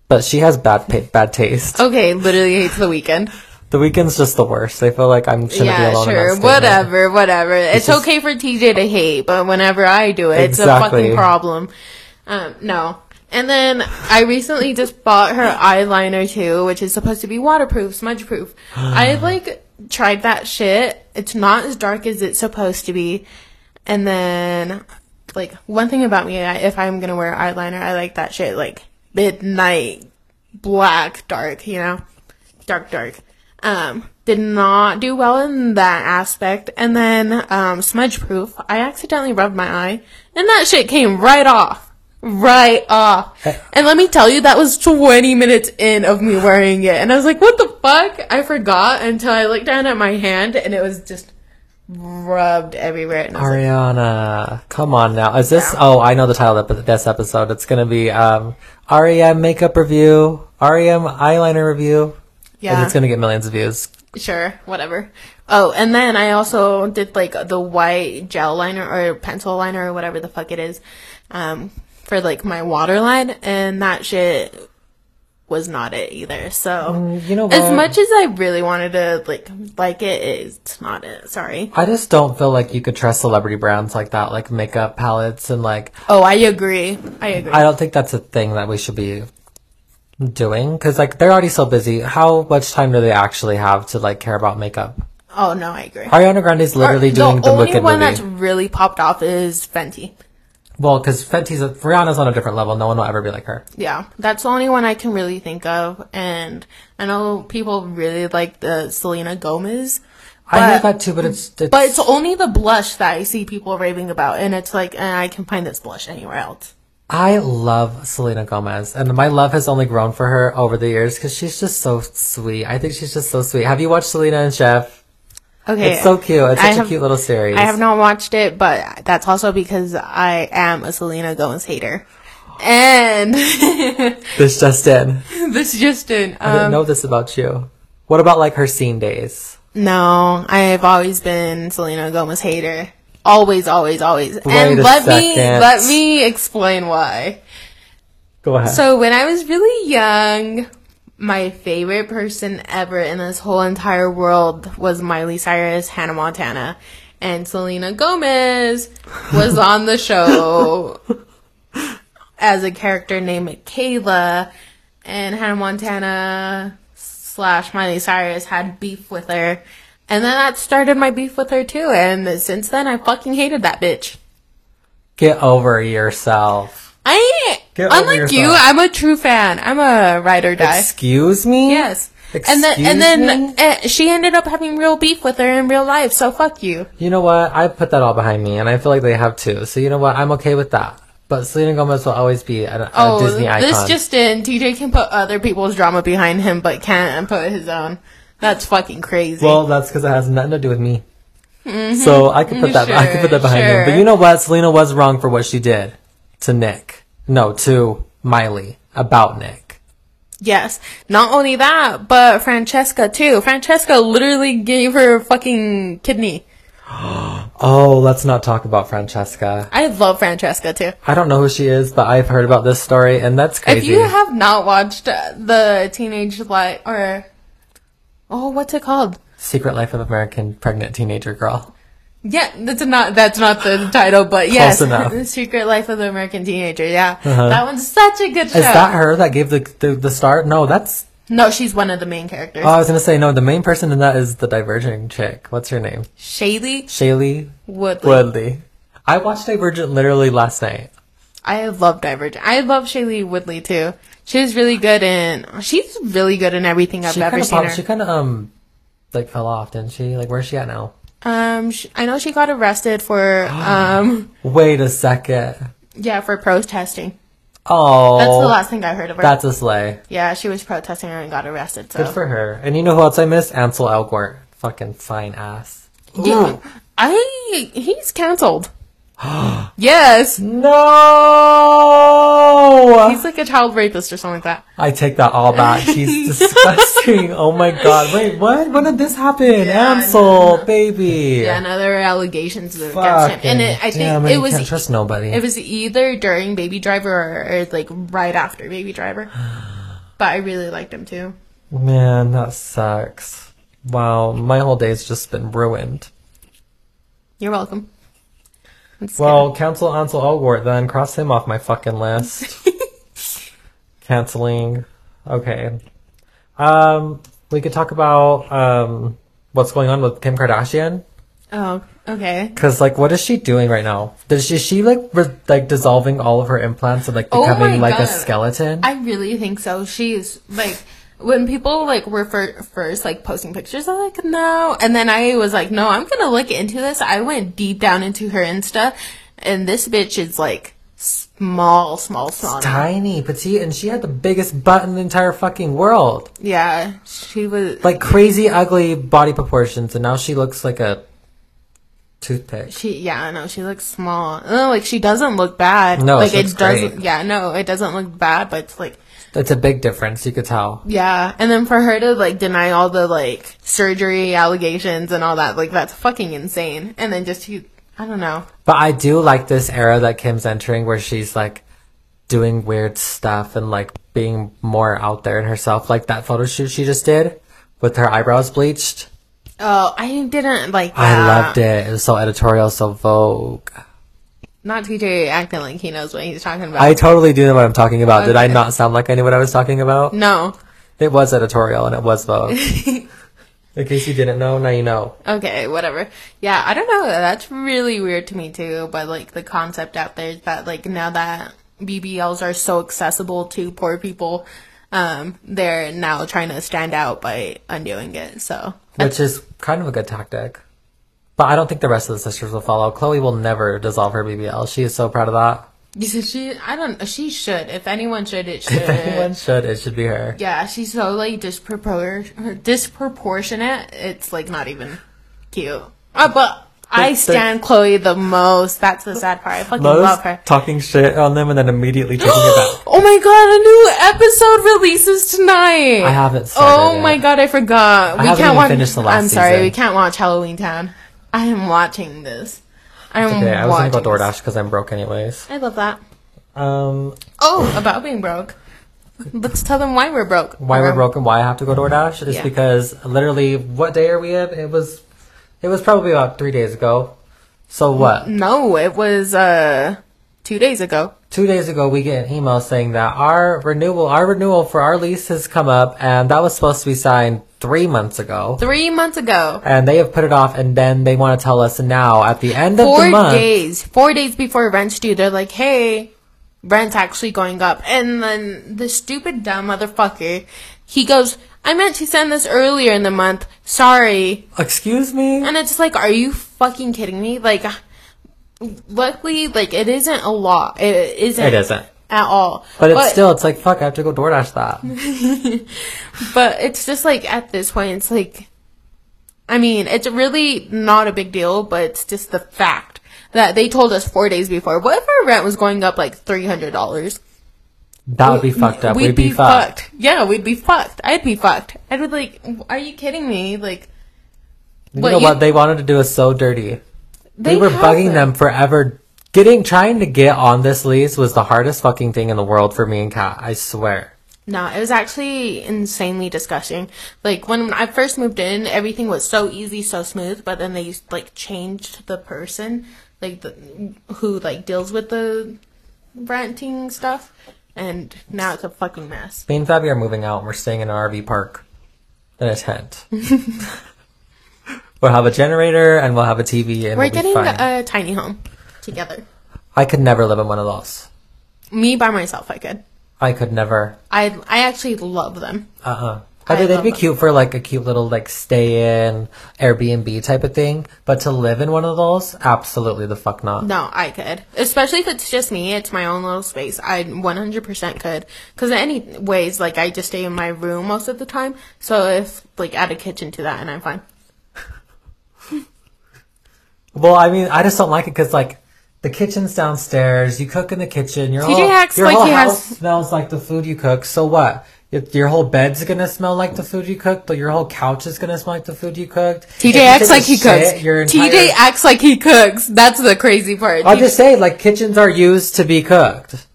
A: But she has bad pa- bad taste.
B: Okay, literally hates the weekend.
A: The weekend's just the worst. I feel like I'm shouldn't be
B: Yeah,
A: alone. in that
B: sure.
A: statement.
B: Whatever, whatever. It's,
A: just-
B: okay for TJ to hate, but whenever I do it, it's a
A: Exactly.
B: fucking problem. Um, no. And then I recently just bought her eyeliner too, which is supposed to be waterproof, smudge proof. I like tried that shit. It's not as dark as it's supposed to be. And then, like, one thing about me, I, if I'm gonna wear eyeliner, I like that shit, like, midnight, black, dark, you know? dark dark um did not do well in that aspect. And then um, smudge proof, I accidentally rubbed my eye, and that shit came right off. Right off. And let me tell you, that was 20 minutes in of me wearing it. And I was like, what the fuck? I forgot until I looked down at my hand and it was just rubbed everywhere. And I was like,
A: Ariana, come on now. Is this? Oh, I know the title of this episode. It's gonna be um, REM makeup review, REM eyeliner review, and
B: yeah.
A: it's gonna get millions of views.
B: Sure, whatever. Oh, and then I also did like the white gel liner or pencil liner or whatever the fuck it is, um, for like my waterline, and that shit was not it either. So
A: You know what?
B: as much as I really wanted to like like it, it's not it. Sorry.
A: I just don't feel like you could trust celebrity brands like that, like makeup palettes and like.
B: Oh, I agree. I agree.
A: I don't think that's a thing that we should be doing because like they're already so busy. How much time do they actually have to like care about makeup?
B: oh no, I agree.
A: Ariana Grande's literally doing the,
B: the only
A: Wicked
B: one
A: movie.
B: that's really popped off is Fenty.
A: Well, because Fenty's Rihanna's on a different level. No one will ever be like her.
B: Yeah, that's the only one I can really think of. And I know people really like the Selena Gomez,
A: I heard
B: But-
A: that too, but it's, it's
B: but it's only the blush that I see people raving about. And it's like, eh, I can find this blush anywhere else.
A: I love Selena Gomez, and my love has only grown for her over the years because she's just so sweet. I think she's just so sweet. Have you watched Selena and Chef?
B: Okay.
A: It's so cute. It's
B: I
A: such a
B: have-
A: cute little series.
B: I have not watched it, but that's also because I am a Selena Gomez hater. And this
A: This just in.
B: just didn't.
A: I didn't
B: Um,
A: know this about you. What about like her scene days?
B: no, I've always been Selena Gomez hater. Always, always, always.
A: Wait
B: and
A: a
B: let me
A: second.
B: let me explain why.
A: Go ahead.
B: So when I was really young, my favorite person ever in this whole entire world was Miley Cyrus, Hannah Montana, and Selena Gomez was on the show as a character named Kayla, and Hannah Montana slash Miley Cyrus had beef with her. And then that started my beef with her too, and since then I fucking hated that bitch.
A: Get over yourself.
B: I
A: Get over
B: unlike you,
A: yourself.
B: I'm a true fan. I'm a ride or die.
A: Excuse me.
B: yes. and then and
A: Excuse
B: then uh, she ended up having real beef with her in real life. So fuck you.
A: You know what? I put that all behind me, and I feel like they have too. So you know what? I'm okay with that. But Selena Gomez will always be a, a
B: Oh,
A: Disney icon.
B: this just in: TJ can put other people's drama behind him, but can't put his own. That's fucking crazy.
A: Well, that's because it has nothing to do with me. So I could put that I could put that
B: Mm-hmm. Sure,
A: behind him. But
B: sure.
A: you know what? Selena was wrong for what she did to Nick. No, to Miley about Nick.
B: yes. Not only that, but Francesca too. Francesca literally gave her fucking kidney.
A: Oh, let's not talk about Francesca.
B: I love Francesca too.
A: I don't know who she is, but I've heard about this story, and that's
B: If
A: crazy.
B: you have not watched uh, the teenage life or oh, what's it called?
A: Secret Life of American Pregnant Teenager Girl.
B: Yeah, that's not that's not the title, but yes,
A: enough. Uh-huh.
B: The Secret Life of the American Teenager. Yeah, that one's such a good show.
A: Is that her that gave the the, the start? No, that's.
B: No, she's one of the main characters.
A: Oh, I was gonna say no. The main person in that is the Divergent chick. What's her name?
B: Shaylee
A: Shaylee
B: Woodley.
A: Woodley. I watched Divergent literally last night.
B: I love Divergent. I love Shaylee Woodley too. She's really good in. She's really good in everything I've
A: she
B: ever
A: kinda
B: seen
A: popped-
B: her.
A: She kind of um, like fell off, didn't she? Like, where's she at now?
B: um, sh I know she got arrested for um,
A: Wait a second.
B: yeah, for protesting.
A: Oh,
B: That's the last thing I heard of her.
A: That's a slay.
B: yeah, she was protesting and got arrested. So
A: Good for her. And you know who else I miss? Ansel Elgort. Fucking fine ass.
B: yeah, I he's canceled. yes.
A: No.
B: He's like a child rapist or something like that.
A: I take that all back. He's disgusting. oh my god. Wait, what? When did this happen?
B: Yeah,
A: Ansel, baby.
B: Yeah, and other allegations against him.
A: Fucking
B: And it, I think
A: damn
B: it
A: you Can't
B: was
A: trust nobody.
B: it was either during Baby Driver or, or like right after Baby Driver. But I really liked him too.
A: Man, that sucks. Wow, my whole day's just been ruined.
B: You're welcome. Let's get
A: Well, cancel Ansel Elgort then. Cross him off my fucking list. Canceling. Okay. Um, we could talk about um what's going on with Kim Kardashian.
B: it. Oh, okay.
A: Cause like, what is she doing right now? Does she is she like re- like dissolving all of her implants and like
B: Oh my
A: becoming like a
B: God.
A: skeleton?
B: I really think so. She's like when people like were fir- first like posting pictures, I was like no, and then I was like, no, I'm gonna look into this. I went deep down into her Insta, and this bitch is like small, small, small. now.
A: Tiny, petite, and she had the biggest butt in the entire fucking world.
B: Yeah, she was.
A: Like crazy, ugly body proportions, and now she looks like a toothpick.
B: She yeah, I know she looks small. No, like she doesn't look bad.
A: No,
B: like
A: she looks
B: it doesn't.
A: great.
B: Yeah, no, it doesn't look bad, but it's like
A: That's a big difference, you could tell.
B: yeah. And then for her to like deny all the like surgery allegations and all that, like that's fucking insane. And then just you, I don't know.
A: But I do like this era that Kim's entering where she's like doing weird stuff and like being more out there in herself, like that photo shoot she just did with her eyebrows bleached.
B: Oh, I didn't like. That.
A: I loved it. It was so editorial, so Vogue.
B: Not TJ acting like he knows what he's talking about.
A: I totally do know what I'm talking about. Did I
B: Okay. Mm.
A: not sound like I knew what I was talking about?
B: no.
A: It was editorial and it was Vogue. in case you didn't know, now you know.
B: Okay, whatever. Yeah, I don't know. That's really weird to me too. But like the concept out there is that like now that BBLs are so accessible to poor people, um, they're now trying to stand out by undoing it. So
A: Which is kind of a good tactic. But I don't think the rest of the sisters will follow. Chloe will never dissolve her BBL. She is so proud of that.
B: she, I don't. She should. If anyone should, it
A: If anyone
B: should.
A: should, it should be her.
B: yeah, she's so like dispropor- disproportionate. It's like not even cute. Uh, but. I
A: the-
B: stand Chloe the most. That's the sad part. I fucking
A: Lowe's
B: love her.
A: talking shit on them and then immediately taking it back.
B: Oh my god, a new episode releases tonight.
A: I haven't started
B: Oh
A: it.
B: my god, I forgot.
A: I haven't even finished the last
B: I'm sorry,
A: season.
B: we can't watch Halloween Town. I am watching this. I am
A: Okay, I was
B: watching
A: gonna go
B: this.
A: DoorDash because I'm broke anyways.
B: I love that.
A: Um,
B: Oh, about being broke. Let's tell them why we're broke.
A: why we're
B: Um,
A: broke and why I have to go DoorDash is
B: Yeah.
A: because literally, what day are we in? It was, it was probably about three days ago.
B: Mm-hmm.
A: So what?
B: No, it was uh two days ago.
A: two days ago we get an email saying that our renewal our renewal for our lease has come up and that was supposed to be signed three months ago
B: Three months ago.
A: and they have put it off and then they want to tell us now at the end of
B: Four
A: the month
B: days. Four days before rent's due, they're like, hey, rent's actually going up. And then the stupid dumb motherfucker, he goes, I meant to send this earlier in the month. Sorry.
A: excuse me
B: And it's like, are you fucking kidding me? Like, luckily, like, it isn't a law. It isn't.
A: It isn't.
B: At all.
A: but it's still it's like fuck i have to go doordash that
B: But it's just like, at this point, it's like, I mean, it's really not a big deal, but it's just the fact that they told us four days before. What if our rent was going up like $300?
A: that would be fucked up
B: We'd, be,
A: fucked,
B: fucked. Yeah, we'd be fucked. I'd be fucked. I would like, are you kidding me? Like,
A: you
B: What
A: know
B: you-
A: what they wanted to do is so dirty
B: they
A: we were
B: have
A: bugging them forever getting trying to get on this lease was the hardest fucking thing in the world for me and kat i swear
B: No, it was actually insanely disgusting. Like when I first moved in, everything was so easy, so smooth. But then they like changed the person, like the who like deals with the renting stuff, and now it's a fucking mess.
A: Me and Fabi are moving out. and We're staying in an RV park in a tent. we'll have a generator and we'll have a TV and
B: We're
A: we'll
B: getting
A: be fine.
B: a tiny home together.
A: I could never live in one of those.
B: Me by myself, I could.
A: I could never.
B: I I actually love them.
A: Uh uh
B: I
A: I think they'd be
B: love them.
A: cute for like a cute little like stay in Airbnb type of thing, but to live in one of those, absolutely the fuck not.
B: No, I could. Especially if it's just me. It's my own little space. I 100% could. Because, anyways, like, I just stay in my room most of the time. So, if, like, add a kitchen to that and I'm fine.
A: Well, I mean, I just don't like it because like the kitchen's downstairs. You cook in the kitchen. Your
B: TJ
A: whole
B: acts
A: your
B: like
A: whole
B: he has-
A: house smells like the food you cook. So what? If your whole bed's gonna smell like the food you cooked. But your whole couch is gonna smell like the food you cooked. If
B: TJ
A: you
B: acts
A: take
B: like
A: a
B: he
A: shit,
B: cooks.
A: Your
B: TJ
A: entire...
B: acts like he cooks. That's the crazy part.
A: I'll just say like kitchens are used to be cooked.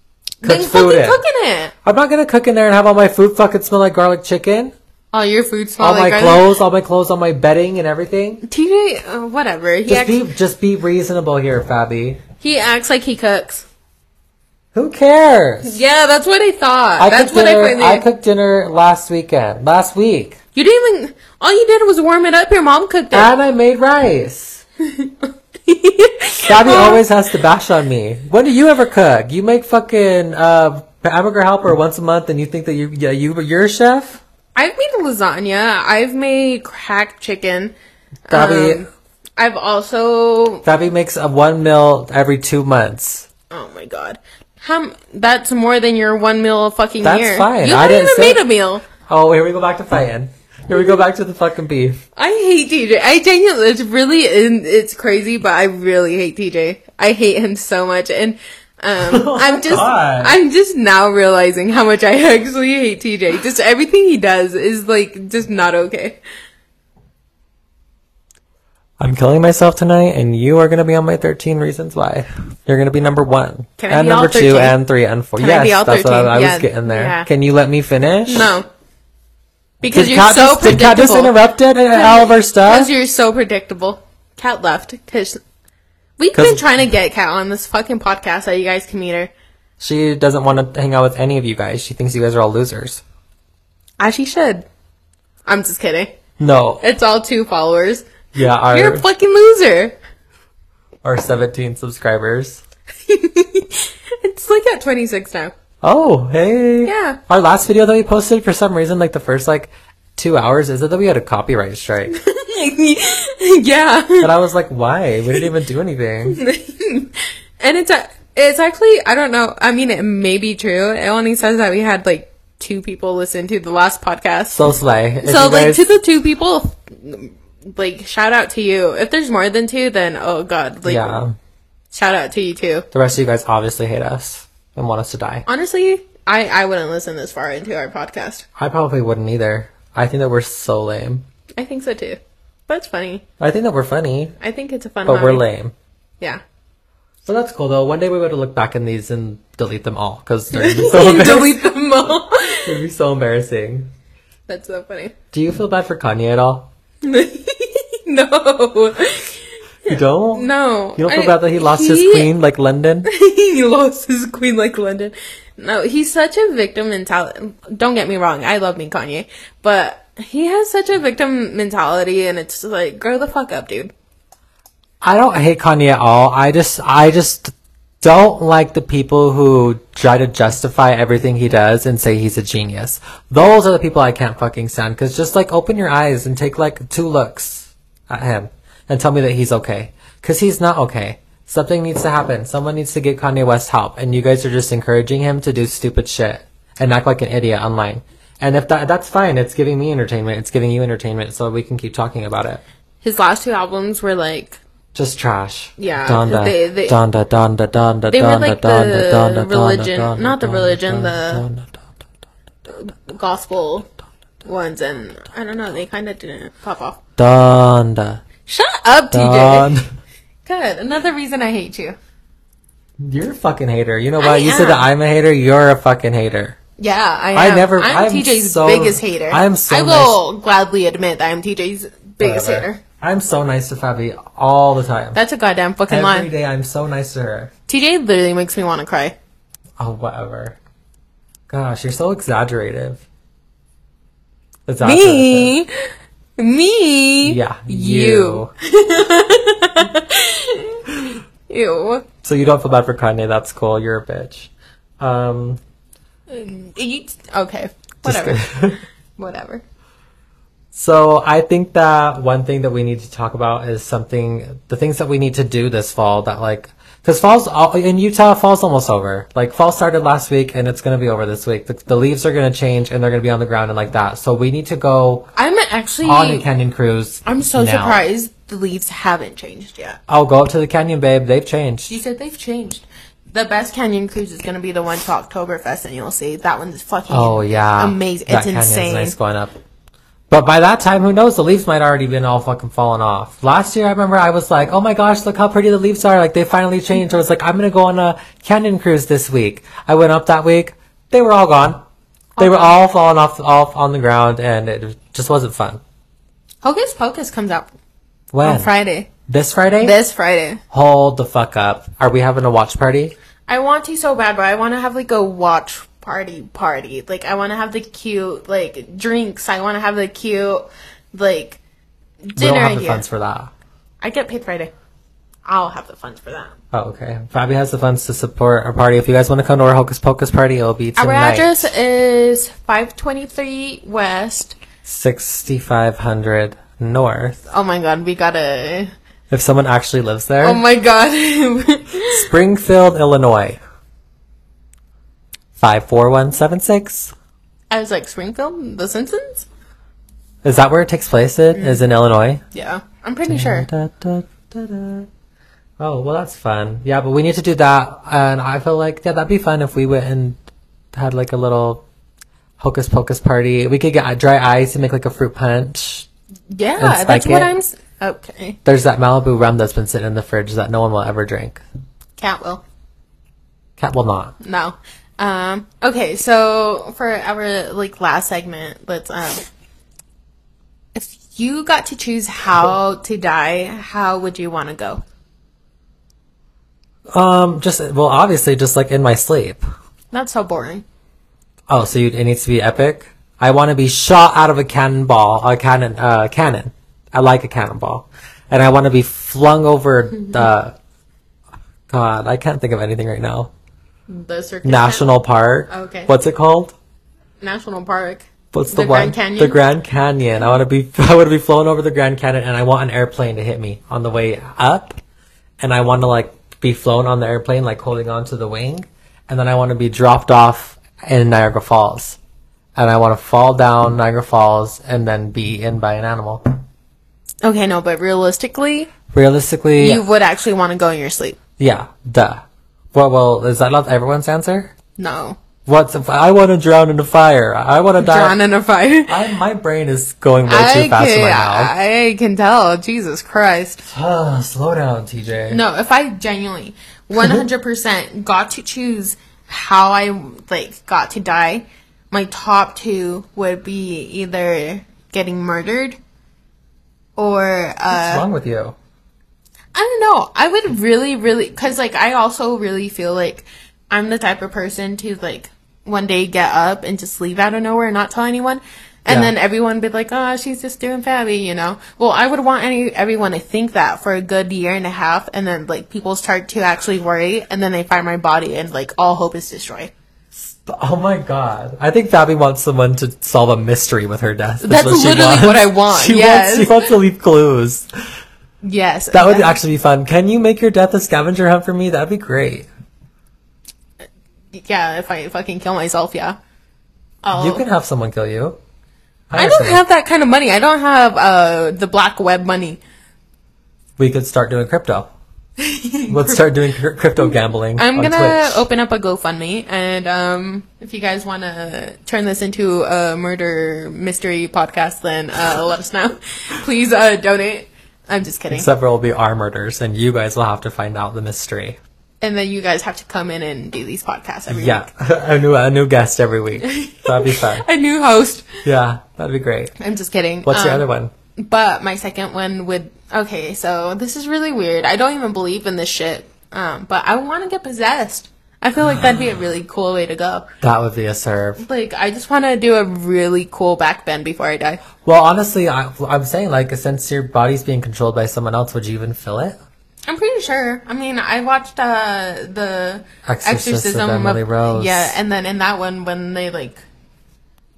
B: then
A: Cooked
B: fucking
A: food in.
B: cooking it.
A: I'm not gonna cook in there and have all my food fucking smell like garlic chicken.
B: All your food
A: All
B: smells
A: my
B: like garlic.
A: clothes, all my clothes, all my bedding and everything.
B: TJ, uh, whatever. He
A: Just
B: acts,
A: be just be reasonable here, Fabi.
B: he acts like he cooks.
A: Who cares?
B: Yeah, that's what I thought.
A: I
B: that's
A: cooked
B: what
A: dinner,
B: I finally.
A: I cooked dinner last weekend, last week,
B: you didn't even. All you did was warm it up. Your mom cooked it.
A: and I made rice.
B: Oh.
A: Gabby always has to bash on me. When do you ever cook? You make fucking uh, hamburger helper once a month, and you think that you yeah, you you're a chef?
B: I've made lasagna. I've made cracked chicken.
A: Gabby,
B: Um, I've also
A: Gabby makes a one meal every two months.
B: oh my god, how m- that's more than your one meal a fucking
A: That's
B: year.
A: fine.
B: You
A: I
B: haven't
A: didn't
B: even
A: say-
B: made a meal.
A: Oh, here we go back to fighting. Here we go back to the fucking beef.
B: I hate TJ. I genuinely, it's really, and it's crazy, but I really hate TJ. I hate him so much, and um, I'm just,
A: Oh God.
B: I'm just now realizing how much I actually hate TJ. Just everything he does is like just not okay.
A: I'm killing myself tonight, and you are going to be on my 13 reasons why. You're going to be number one,
B: Can I
A: and
B: be all
A: number two,
B: 13?
A: and three, and four.
B: Can I
A: yes,
B: be all
A: that's what I,
B: 13?
A: I
B: Yeah,
A: was getting there.
B: yeah.
A: Can you let me finish?
B: No, because
A: Did
B: you're
A: Kat
B: so
A: just, did
B: predictable.
A: Kat just interrupted all of our stuff?
B: Because you're so predictable. Cat left because we've
A: 'Cause-
B: been trying to get Cat on this fucking podcast that you guys can meet her.
A: She doesn't want to hang out with any of you guys. She thinks you guys are all losers.
B: As she should. I'm just kidding.
A: No.
B: It's all two followers.
A: Yeah, our,
B: You're a fucking loser.
A: our 17 subscribers.
B: it's like at 26 now.
A: Oh, hey.
B: Yeah.
A: Our last video that we posted, for some reason, like the first like two hours, is it that we had a copyright strike?
B: yeah.
A: and I was like, why? We didn't even do anything.
B: and it's a, it's actually I don't know. I mean, it may be true. It only says that we had like two people listen to the last podcast.
A: So slay. If
B: so
A: you
B: like
A: guys-
B: to the two people like shout out to you if there's more than two then oh god like
A: yeah,
B: shout out to you too
A: the rest of you guys obviously hate us and want us to die.
B: honestly i i wouldn't listen this far into our podcast
A: I probably wouldn't either. I think that we're so lame.
B: i think so too but it's funny
A: I think that we're funny,
B: i think it's a fun
A: but we're
B: hobby.
A: lame.
B: yeah
A: So that's cool though. One day we would look back in these and delete them all because they're gonna be so
B: And
A: embarrassing.
B: delete them all
A: It'd be so embarrassing.
B: that's so funny
A: Do you feel bad for Kanye at all?
B: no
A: You don't.
B: no
A: You don't feel
B: I-
A: bad that he lost his queen like London?
B: he lost his queen like London. No, he's such a victim mentality. Don't get me wrong, I love me Kanye, but he has such a victim mentality, and it's just like, grow the fuck up, dude.
A: I don't hate Kanye at all. I just I just don't like the people who try to justify everything he does and say he's a genius. Those are the people I can't fucking stand cuz just like open your eyes and take like two looks at him and tell me that he's okay cuz he's not okay. Something needs to happen. Someone needs to get Kanye West help and you guys are just encouraging him to do stupid shit and act like an idiot online. And if that that's fine, it's giving me entertainment, it's giving you entertainment so we can keep talking about it.
B: His last two albums were like,
A: Just trash.
B: Yeah,
A: Donda.
B: they- they-
A: Donda, Donda, Donda,
B: They were
A: Donda,
B: like the
A: Donda, Donda, Donda,
B: religion-
A: Donda,
B: not the
A: Donda,
B: religion,
A: Donda, Donda,
B: gospel ones, and I don't know, they kind of didn't pop off.
A: Donda,
B: Shut up, TJ.
A: Donda.
B: Good. Another reason I hate you.
A: You're a fucking hater. You know
B: I
A: what? You said that
B: am.
A: I'm a hater. You're a fucking hater.
B: Yeah, I
A: I
B: am.
A: never-
B: I'm,
A: I'm
B: TJ's
A: so-
B: biggest hater.
A: I'm so
B: I will gladly admit that I'm TJ's biggest
A: Whatever.
B: hater.
A: I'm so nice to Fabi all the time.
B: That's a goddamn fucking lie.
A: Every day I'm so nice to her.
B: TJ literally makes me want to cry.
A: Oh, whatever. Gosh, you're so exaggerative. Exaggerative.
B: Me, me,
A: Yeah.
B: you, you.
A: So you don't feel bad for Kanye. That's cool. You're a bitch. Um,
B: You- Okay, whatever,
A: just kidding.
B: whatever.
A: So I think that one thing that we need to talk about is something, the things that we need to do this fall that like, cause fall's all, in Utah, fall's almost over. Like fall started last week and it's going to be over this week. The, the leaves are going to change and they're going to be on the ground and like that. So we need to go
B: I'm actually.
A: on a canyon cruise.
B: I'm so
A: now.
B: surprised the leaves haven't changed yet.
A: I'll go up to the canyon, babe. They've changed.
B: You said they've changed. The best canyon cruise is gonna be the one to Oktoberfest, and you'll see that one's fucking.
A: Oh yeah,
B: amazing!
A: That
B: it's
A: canyon's
B: insane.
A: Nice going up. But by that time, who knows? The leaves might already been all fucking falling off. Last year, I remember I was like, "Oh my gosh, look how pretty the leaves are! Like they finally changed." I was like, "I'm gonna go on a canyon cruise this week." I went up that week. They were all gone. They were all falling off, off on the ground, and it just wasn't fun.
B: Hocus Pocus comes out
A: When
B: on Friday.
A: this Friday?
B: This Friday.
A: Hold the fuck up! Are we having a watch party?
B: I want to so bad, but I want to have like a watch party party. Like I want to have the cute like drinks. I want to have the cute like
A: we
B: dinner
A: don't have the
B: idea.
A: funds for that.
B: I get paid Friday. I'll have the funds for that.
A: Oh, okay. Fabi has the funds to support our party. If you guys want to come to our Hocus Pocus party, it'll be
B: Our
A: tonight.
B: address is 523 West.
A: 6500 North.
B: Oh my god, we gotta.
A: If someone actually lives there.
B: Oh my god.
A: Springfield, Illinois. 54176.
B: I was like, Springfield? The Simpsons?
A: Is that where it takes place? It is in Illinois.
B: Yeah, I'm pretty sure.
A: Da, da, da, da. Oh, well, that's fun. Yeah, but we need to do that. And I feel like, yeah, that'd be fun if we went and had like a little hocus pocus party. We could get uh, dry ice and make like a fruit punch.
B: Yeah,
A: spike
B: that's what
A: it.
B: I'm. s- Okay,
A: There's that Malibu rum that's been sitting in the fridge that no one will ever drink.
B: cat will.
A: Cat will not.
B: No. Um, okay, so for our like last segment, let's um if you got to choose how to die, how would you want to go?
A: Um, just, well, obviously, just like in my sleep.
B: That's so boring.
A: Oh, so you, it needs to be epic. I want to be shot out of a cannonball, a cannon, uh, cannon. I like a cannonball, and I want to be flung over the. God, I can't think of anything right now.
B: The circus
A: National park.
B: Okay.
A: What's it called?
B: National Park.
A: What's the,
B: The
A: one?
B: Grand Canyon?
A: The Grand Canyon. I want to be. I want to be flown over the Grand Canyon, and I want an airplane to hit me on the way up, and I want to like be flown on the airplane, like holding on to the wing, and then I want to be dropped off in Niagara Falls, and I want to fall down Niagara Falls and then be eaten by an animal.
B: Okay, no, but realistically,
A: Realistically,
B: you would actually want to go in your sleep.
A: yeah, duh. Well, well, is that not everyone's answer?
B: No.
A: What's if I want to drown in a fire? I want to die.
B: Drown in a fire.
A: I, my brain is going way too
B: I
A: fast in
B: can,
A: my mouth.
B: I can tell. Jesus Christ.
A: Ah, slow down, TJ.
B: No, if I genuinely 100% got to choose how I like got to die, my top 2 would be either getting murdered or uh
A: What's wrong with you?
B: I don't know. I would really really cuz like I also really feel like I'm the type of person to like one day get up and just leave out of nowhere and not tell anyone. And
A: Yeah.
B: then everyone be like, "Oh, she's just doing Fabby," you know. Well, I would want any everyone to think that for a good year and a half, and then like people start to actually worry, and then they find my body, and like all hope is destroyed.
A: Oh my god. I think Fabi wants someone to solve a mystery with her death.
B: That's
A: she
B: literally
A: wants.
B: what I want,
A: She
B: yes.
A: wants she wants to leave clues.
B: Yes,
A: That would actually be fun. Can you make your death a scavenger hunt for me? That'd be great.
B: yeah. If I fucking kill myself, yeah. Oh,
A: You can have someone kill you.
B: I don't have that kind of money. I don't have uh the black web money.
A: We could start doing crypto. Let's start doing cr- crypto gambling.
B: I'm
A: on
B: gonna
A: Twitch.
B: open up a GoFundMe, and um, if you guys want to turn this into a murder mystery podcast, then uh, let us know. Please uh, donate. I'm just kidding.
A: Several will be our murders, and you guys will have to find out the mystery.
B: and then you guys have to come in and do these podcasts every
A: Yeah,
B: week.
A: a new a new guest every week. That'd be fun.
B: A new host.
A: Yeah, that'd be great.
B: I'm just kidding.
A: What's your
B: Um,
A: other one?
B: But my second one would. Okay, so this is really weird. I don't even believe in this shit. Um, but I want to get possessed. I feel like that'd be a really cool way to go.
A: That would be a serve.
B: Like, I just want to do a really cool backbend before I die.
A: Well, honestly, I, I'm saying like since your body's being controlled by someone else, would you even feel it?
B: I'm pretty sure. I mean, I watched uh, the
A: Exorcist of Emily Rose.
B: Yeah, and then in that one when they like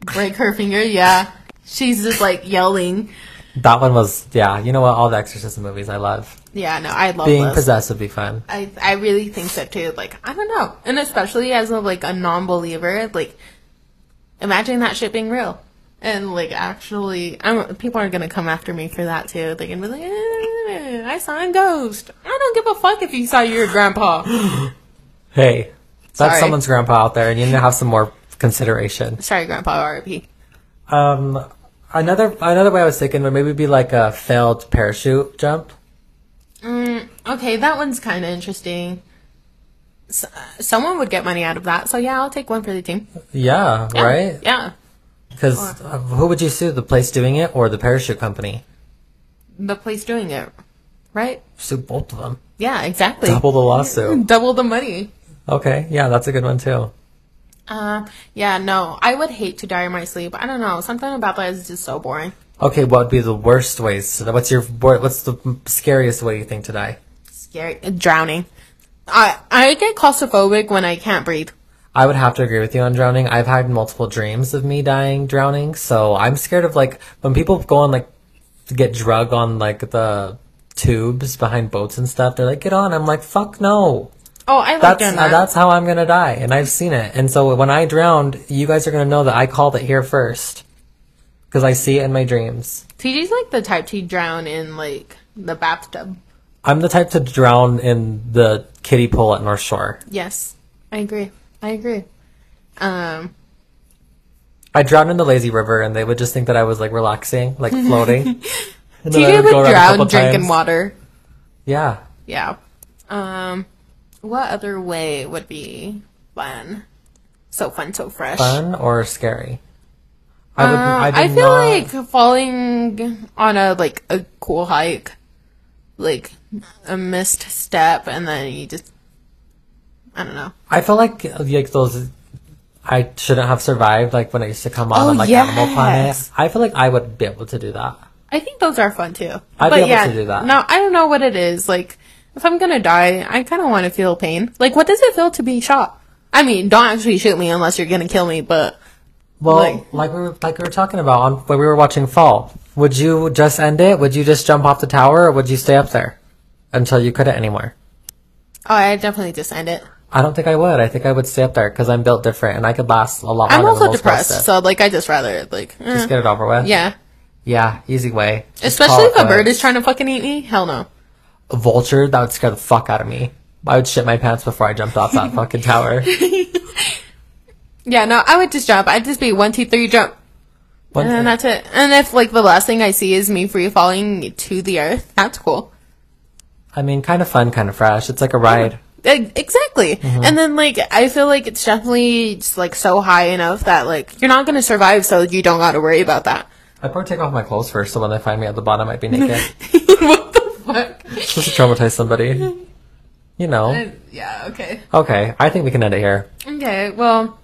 B: break her finger, yeah, she's just like yelling.
A: That one was yeah. You know what? All the Exorcism movies I love.
B: Yeah, no, I love
A: Being
B: those.
A: possessed would be fun.
B: I I really think so too. Like I don't know, and especially as a like a non-believer, like imagine that shit being real. And like actually, I'm, people are gonna come after me for that too. They can be like, "Eh, "I saw a ghost." I don't give a fuck if you saw your grandpa.
A: Hey, that's
B: Sorry.
A: someone's grandpa out there, and you need to have some more consideration.
B: Sorry, grandpa, R.I.P.
A: Um, another another way I was thinking would maybe be like a failed parachute jump.
B: Mm, okay, that one's kind of interesting. S- uh, someone would get money out of that, so yeah, I'll take one for the team.
A: Yeah,
B: Yeah,
A: right.
B: Yeah,
A: Because who would you sue? The place doing it or the parachute company?
B: the place doing it, right?
A: Sue both of them.
B: Yeah, exactly.
A: Double the lawsuit.
B: Double the money.
A: Okay, yeah, that's a good one too.
B: Uh, yeah, no, I would hate to die in my sleep. I don't know, something about that is just so boring.
A: Okay, what would be the worst ways? To, what's your wor- what's the m- scariest way you think to die?
B: scary. uh, Drowning. I I get claustrophobic when I can't breathe.
A: I would have to agree with you on drowning. I've had multiple dreams of me dying drowning, so I'm scared of like when people go on like to get drug on like the tubes behind boats and stuff. They're like, "Get on!" I'm like, "Fuck no!"
B: Oh, I like
A: That's
B: doing
A: uh,
B: that.
A: that's how I'm gonna die, and I've seen it. And so when I drowned, you guys are gonna know that I called it here first because I see it in my dreams.
B: TJ's like the type to drown in like the bathtub.
A: I'm the type to drown in the kiddie pool at North Shore.
B: Yes, I agree. I agree. Um,
A: I drowned in the lazy river, and they would just think that I was like relaxing, like floating. And then I
B: TJ
A: go around
B: would
A: a
B: drown
A: couple
B: drinking
A: times.
B: water.
A: Yeah.
B: Yeah. Um, what other way would be fun? So fun, so fresh.
A: fun or scary? I would.
B: Uh,
A: I, do
B: I feel
A: not-
B: like falling on a like a cool hike, like a missed step, and then you just I don't know.
A: I feel like like those. I shouldn't have survived. Like when I used to come on,
B: Oh,
A: on like Animal Planet.
B: yes.
A: I feel like I would be able to do that.
B: I think those are fun too.
A: I'd
B: but
A: be able
B: yeah,
A: to do that.
B: No, I don't know what it is. Like if I'm gonna die, I kind of want to feel pain. Like what does it feel to be shot? I mean, don't actually shoot me unless you're gonna kill me. But
A: Well, like,
B: Like-
A: we were like we were talking about on when we were watching Fall. Would you just end it? Would you just jump off the tower, or would you stay up there until you couldn't anymore?
B: oh, I definitely just end it.
A: I don't think I would. I think I would stay up there because I'm built different and I could last a lot longer.
B: I'm
A: than
B: also
A: most
B: depressed,
A: plastics.
B: so like I just rather like eh,
A: Just get it over with.
B: yeah.
A: Yeah, easy way. Just call
B: Especially if a
A: it good.
B: bird is trying to fucking eat me. Hell no.
A: a vulture, that would scare the fuck out of me. I would shit my pants before I jumped off that fucking tower.
B: Yeah, no, I would just jump. I'd just be one, two, three, jump,
A: One
B: and then
A: thing-
B: that's it. And if like the last thing I see is me free falling to the earth, that's cool.
A: I mean, kind of fun, kind of fresh. It's like a ride.
B: E- Exactly. And then like I feel like it's definitely just like so high enough that like you're not gonna survive, so you don't got to worry about that.
A: I'd probably take off my clothes first, so when they find me at the bottom, I'd be naked.
B: what the fuck?
A: Just to traumatize somebody. You know.
B: yeah. Okay.
A: Okay, I think we can end it here.
B: Okay. Well,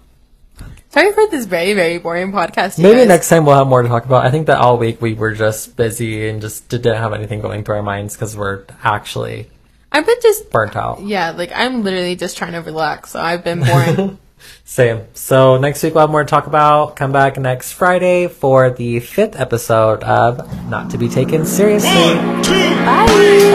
B: sorry for this very very boring podcast. you
A: Maybe
B: guys.
A: next time we'll have more to talk about. I think that all week we were just busy and just didn't have anything going through our minds because we're actually
B: I've been just
A: burnt out.
B: yeah. Like I'm literally just trying to relax, so I've been boring.
A: Same. So next week we'll have more to talk about. Come back next Friday for the fifth episode of Not to Be Taken Seriously.
C: One, two,
B: Bye.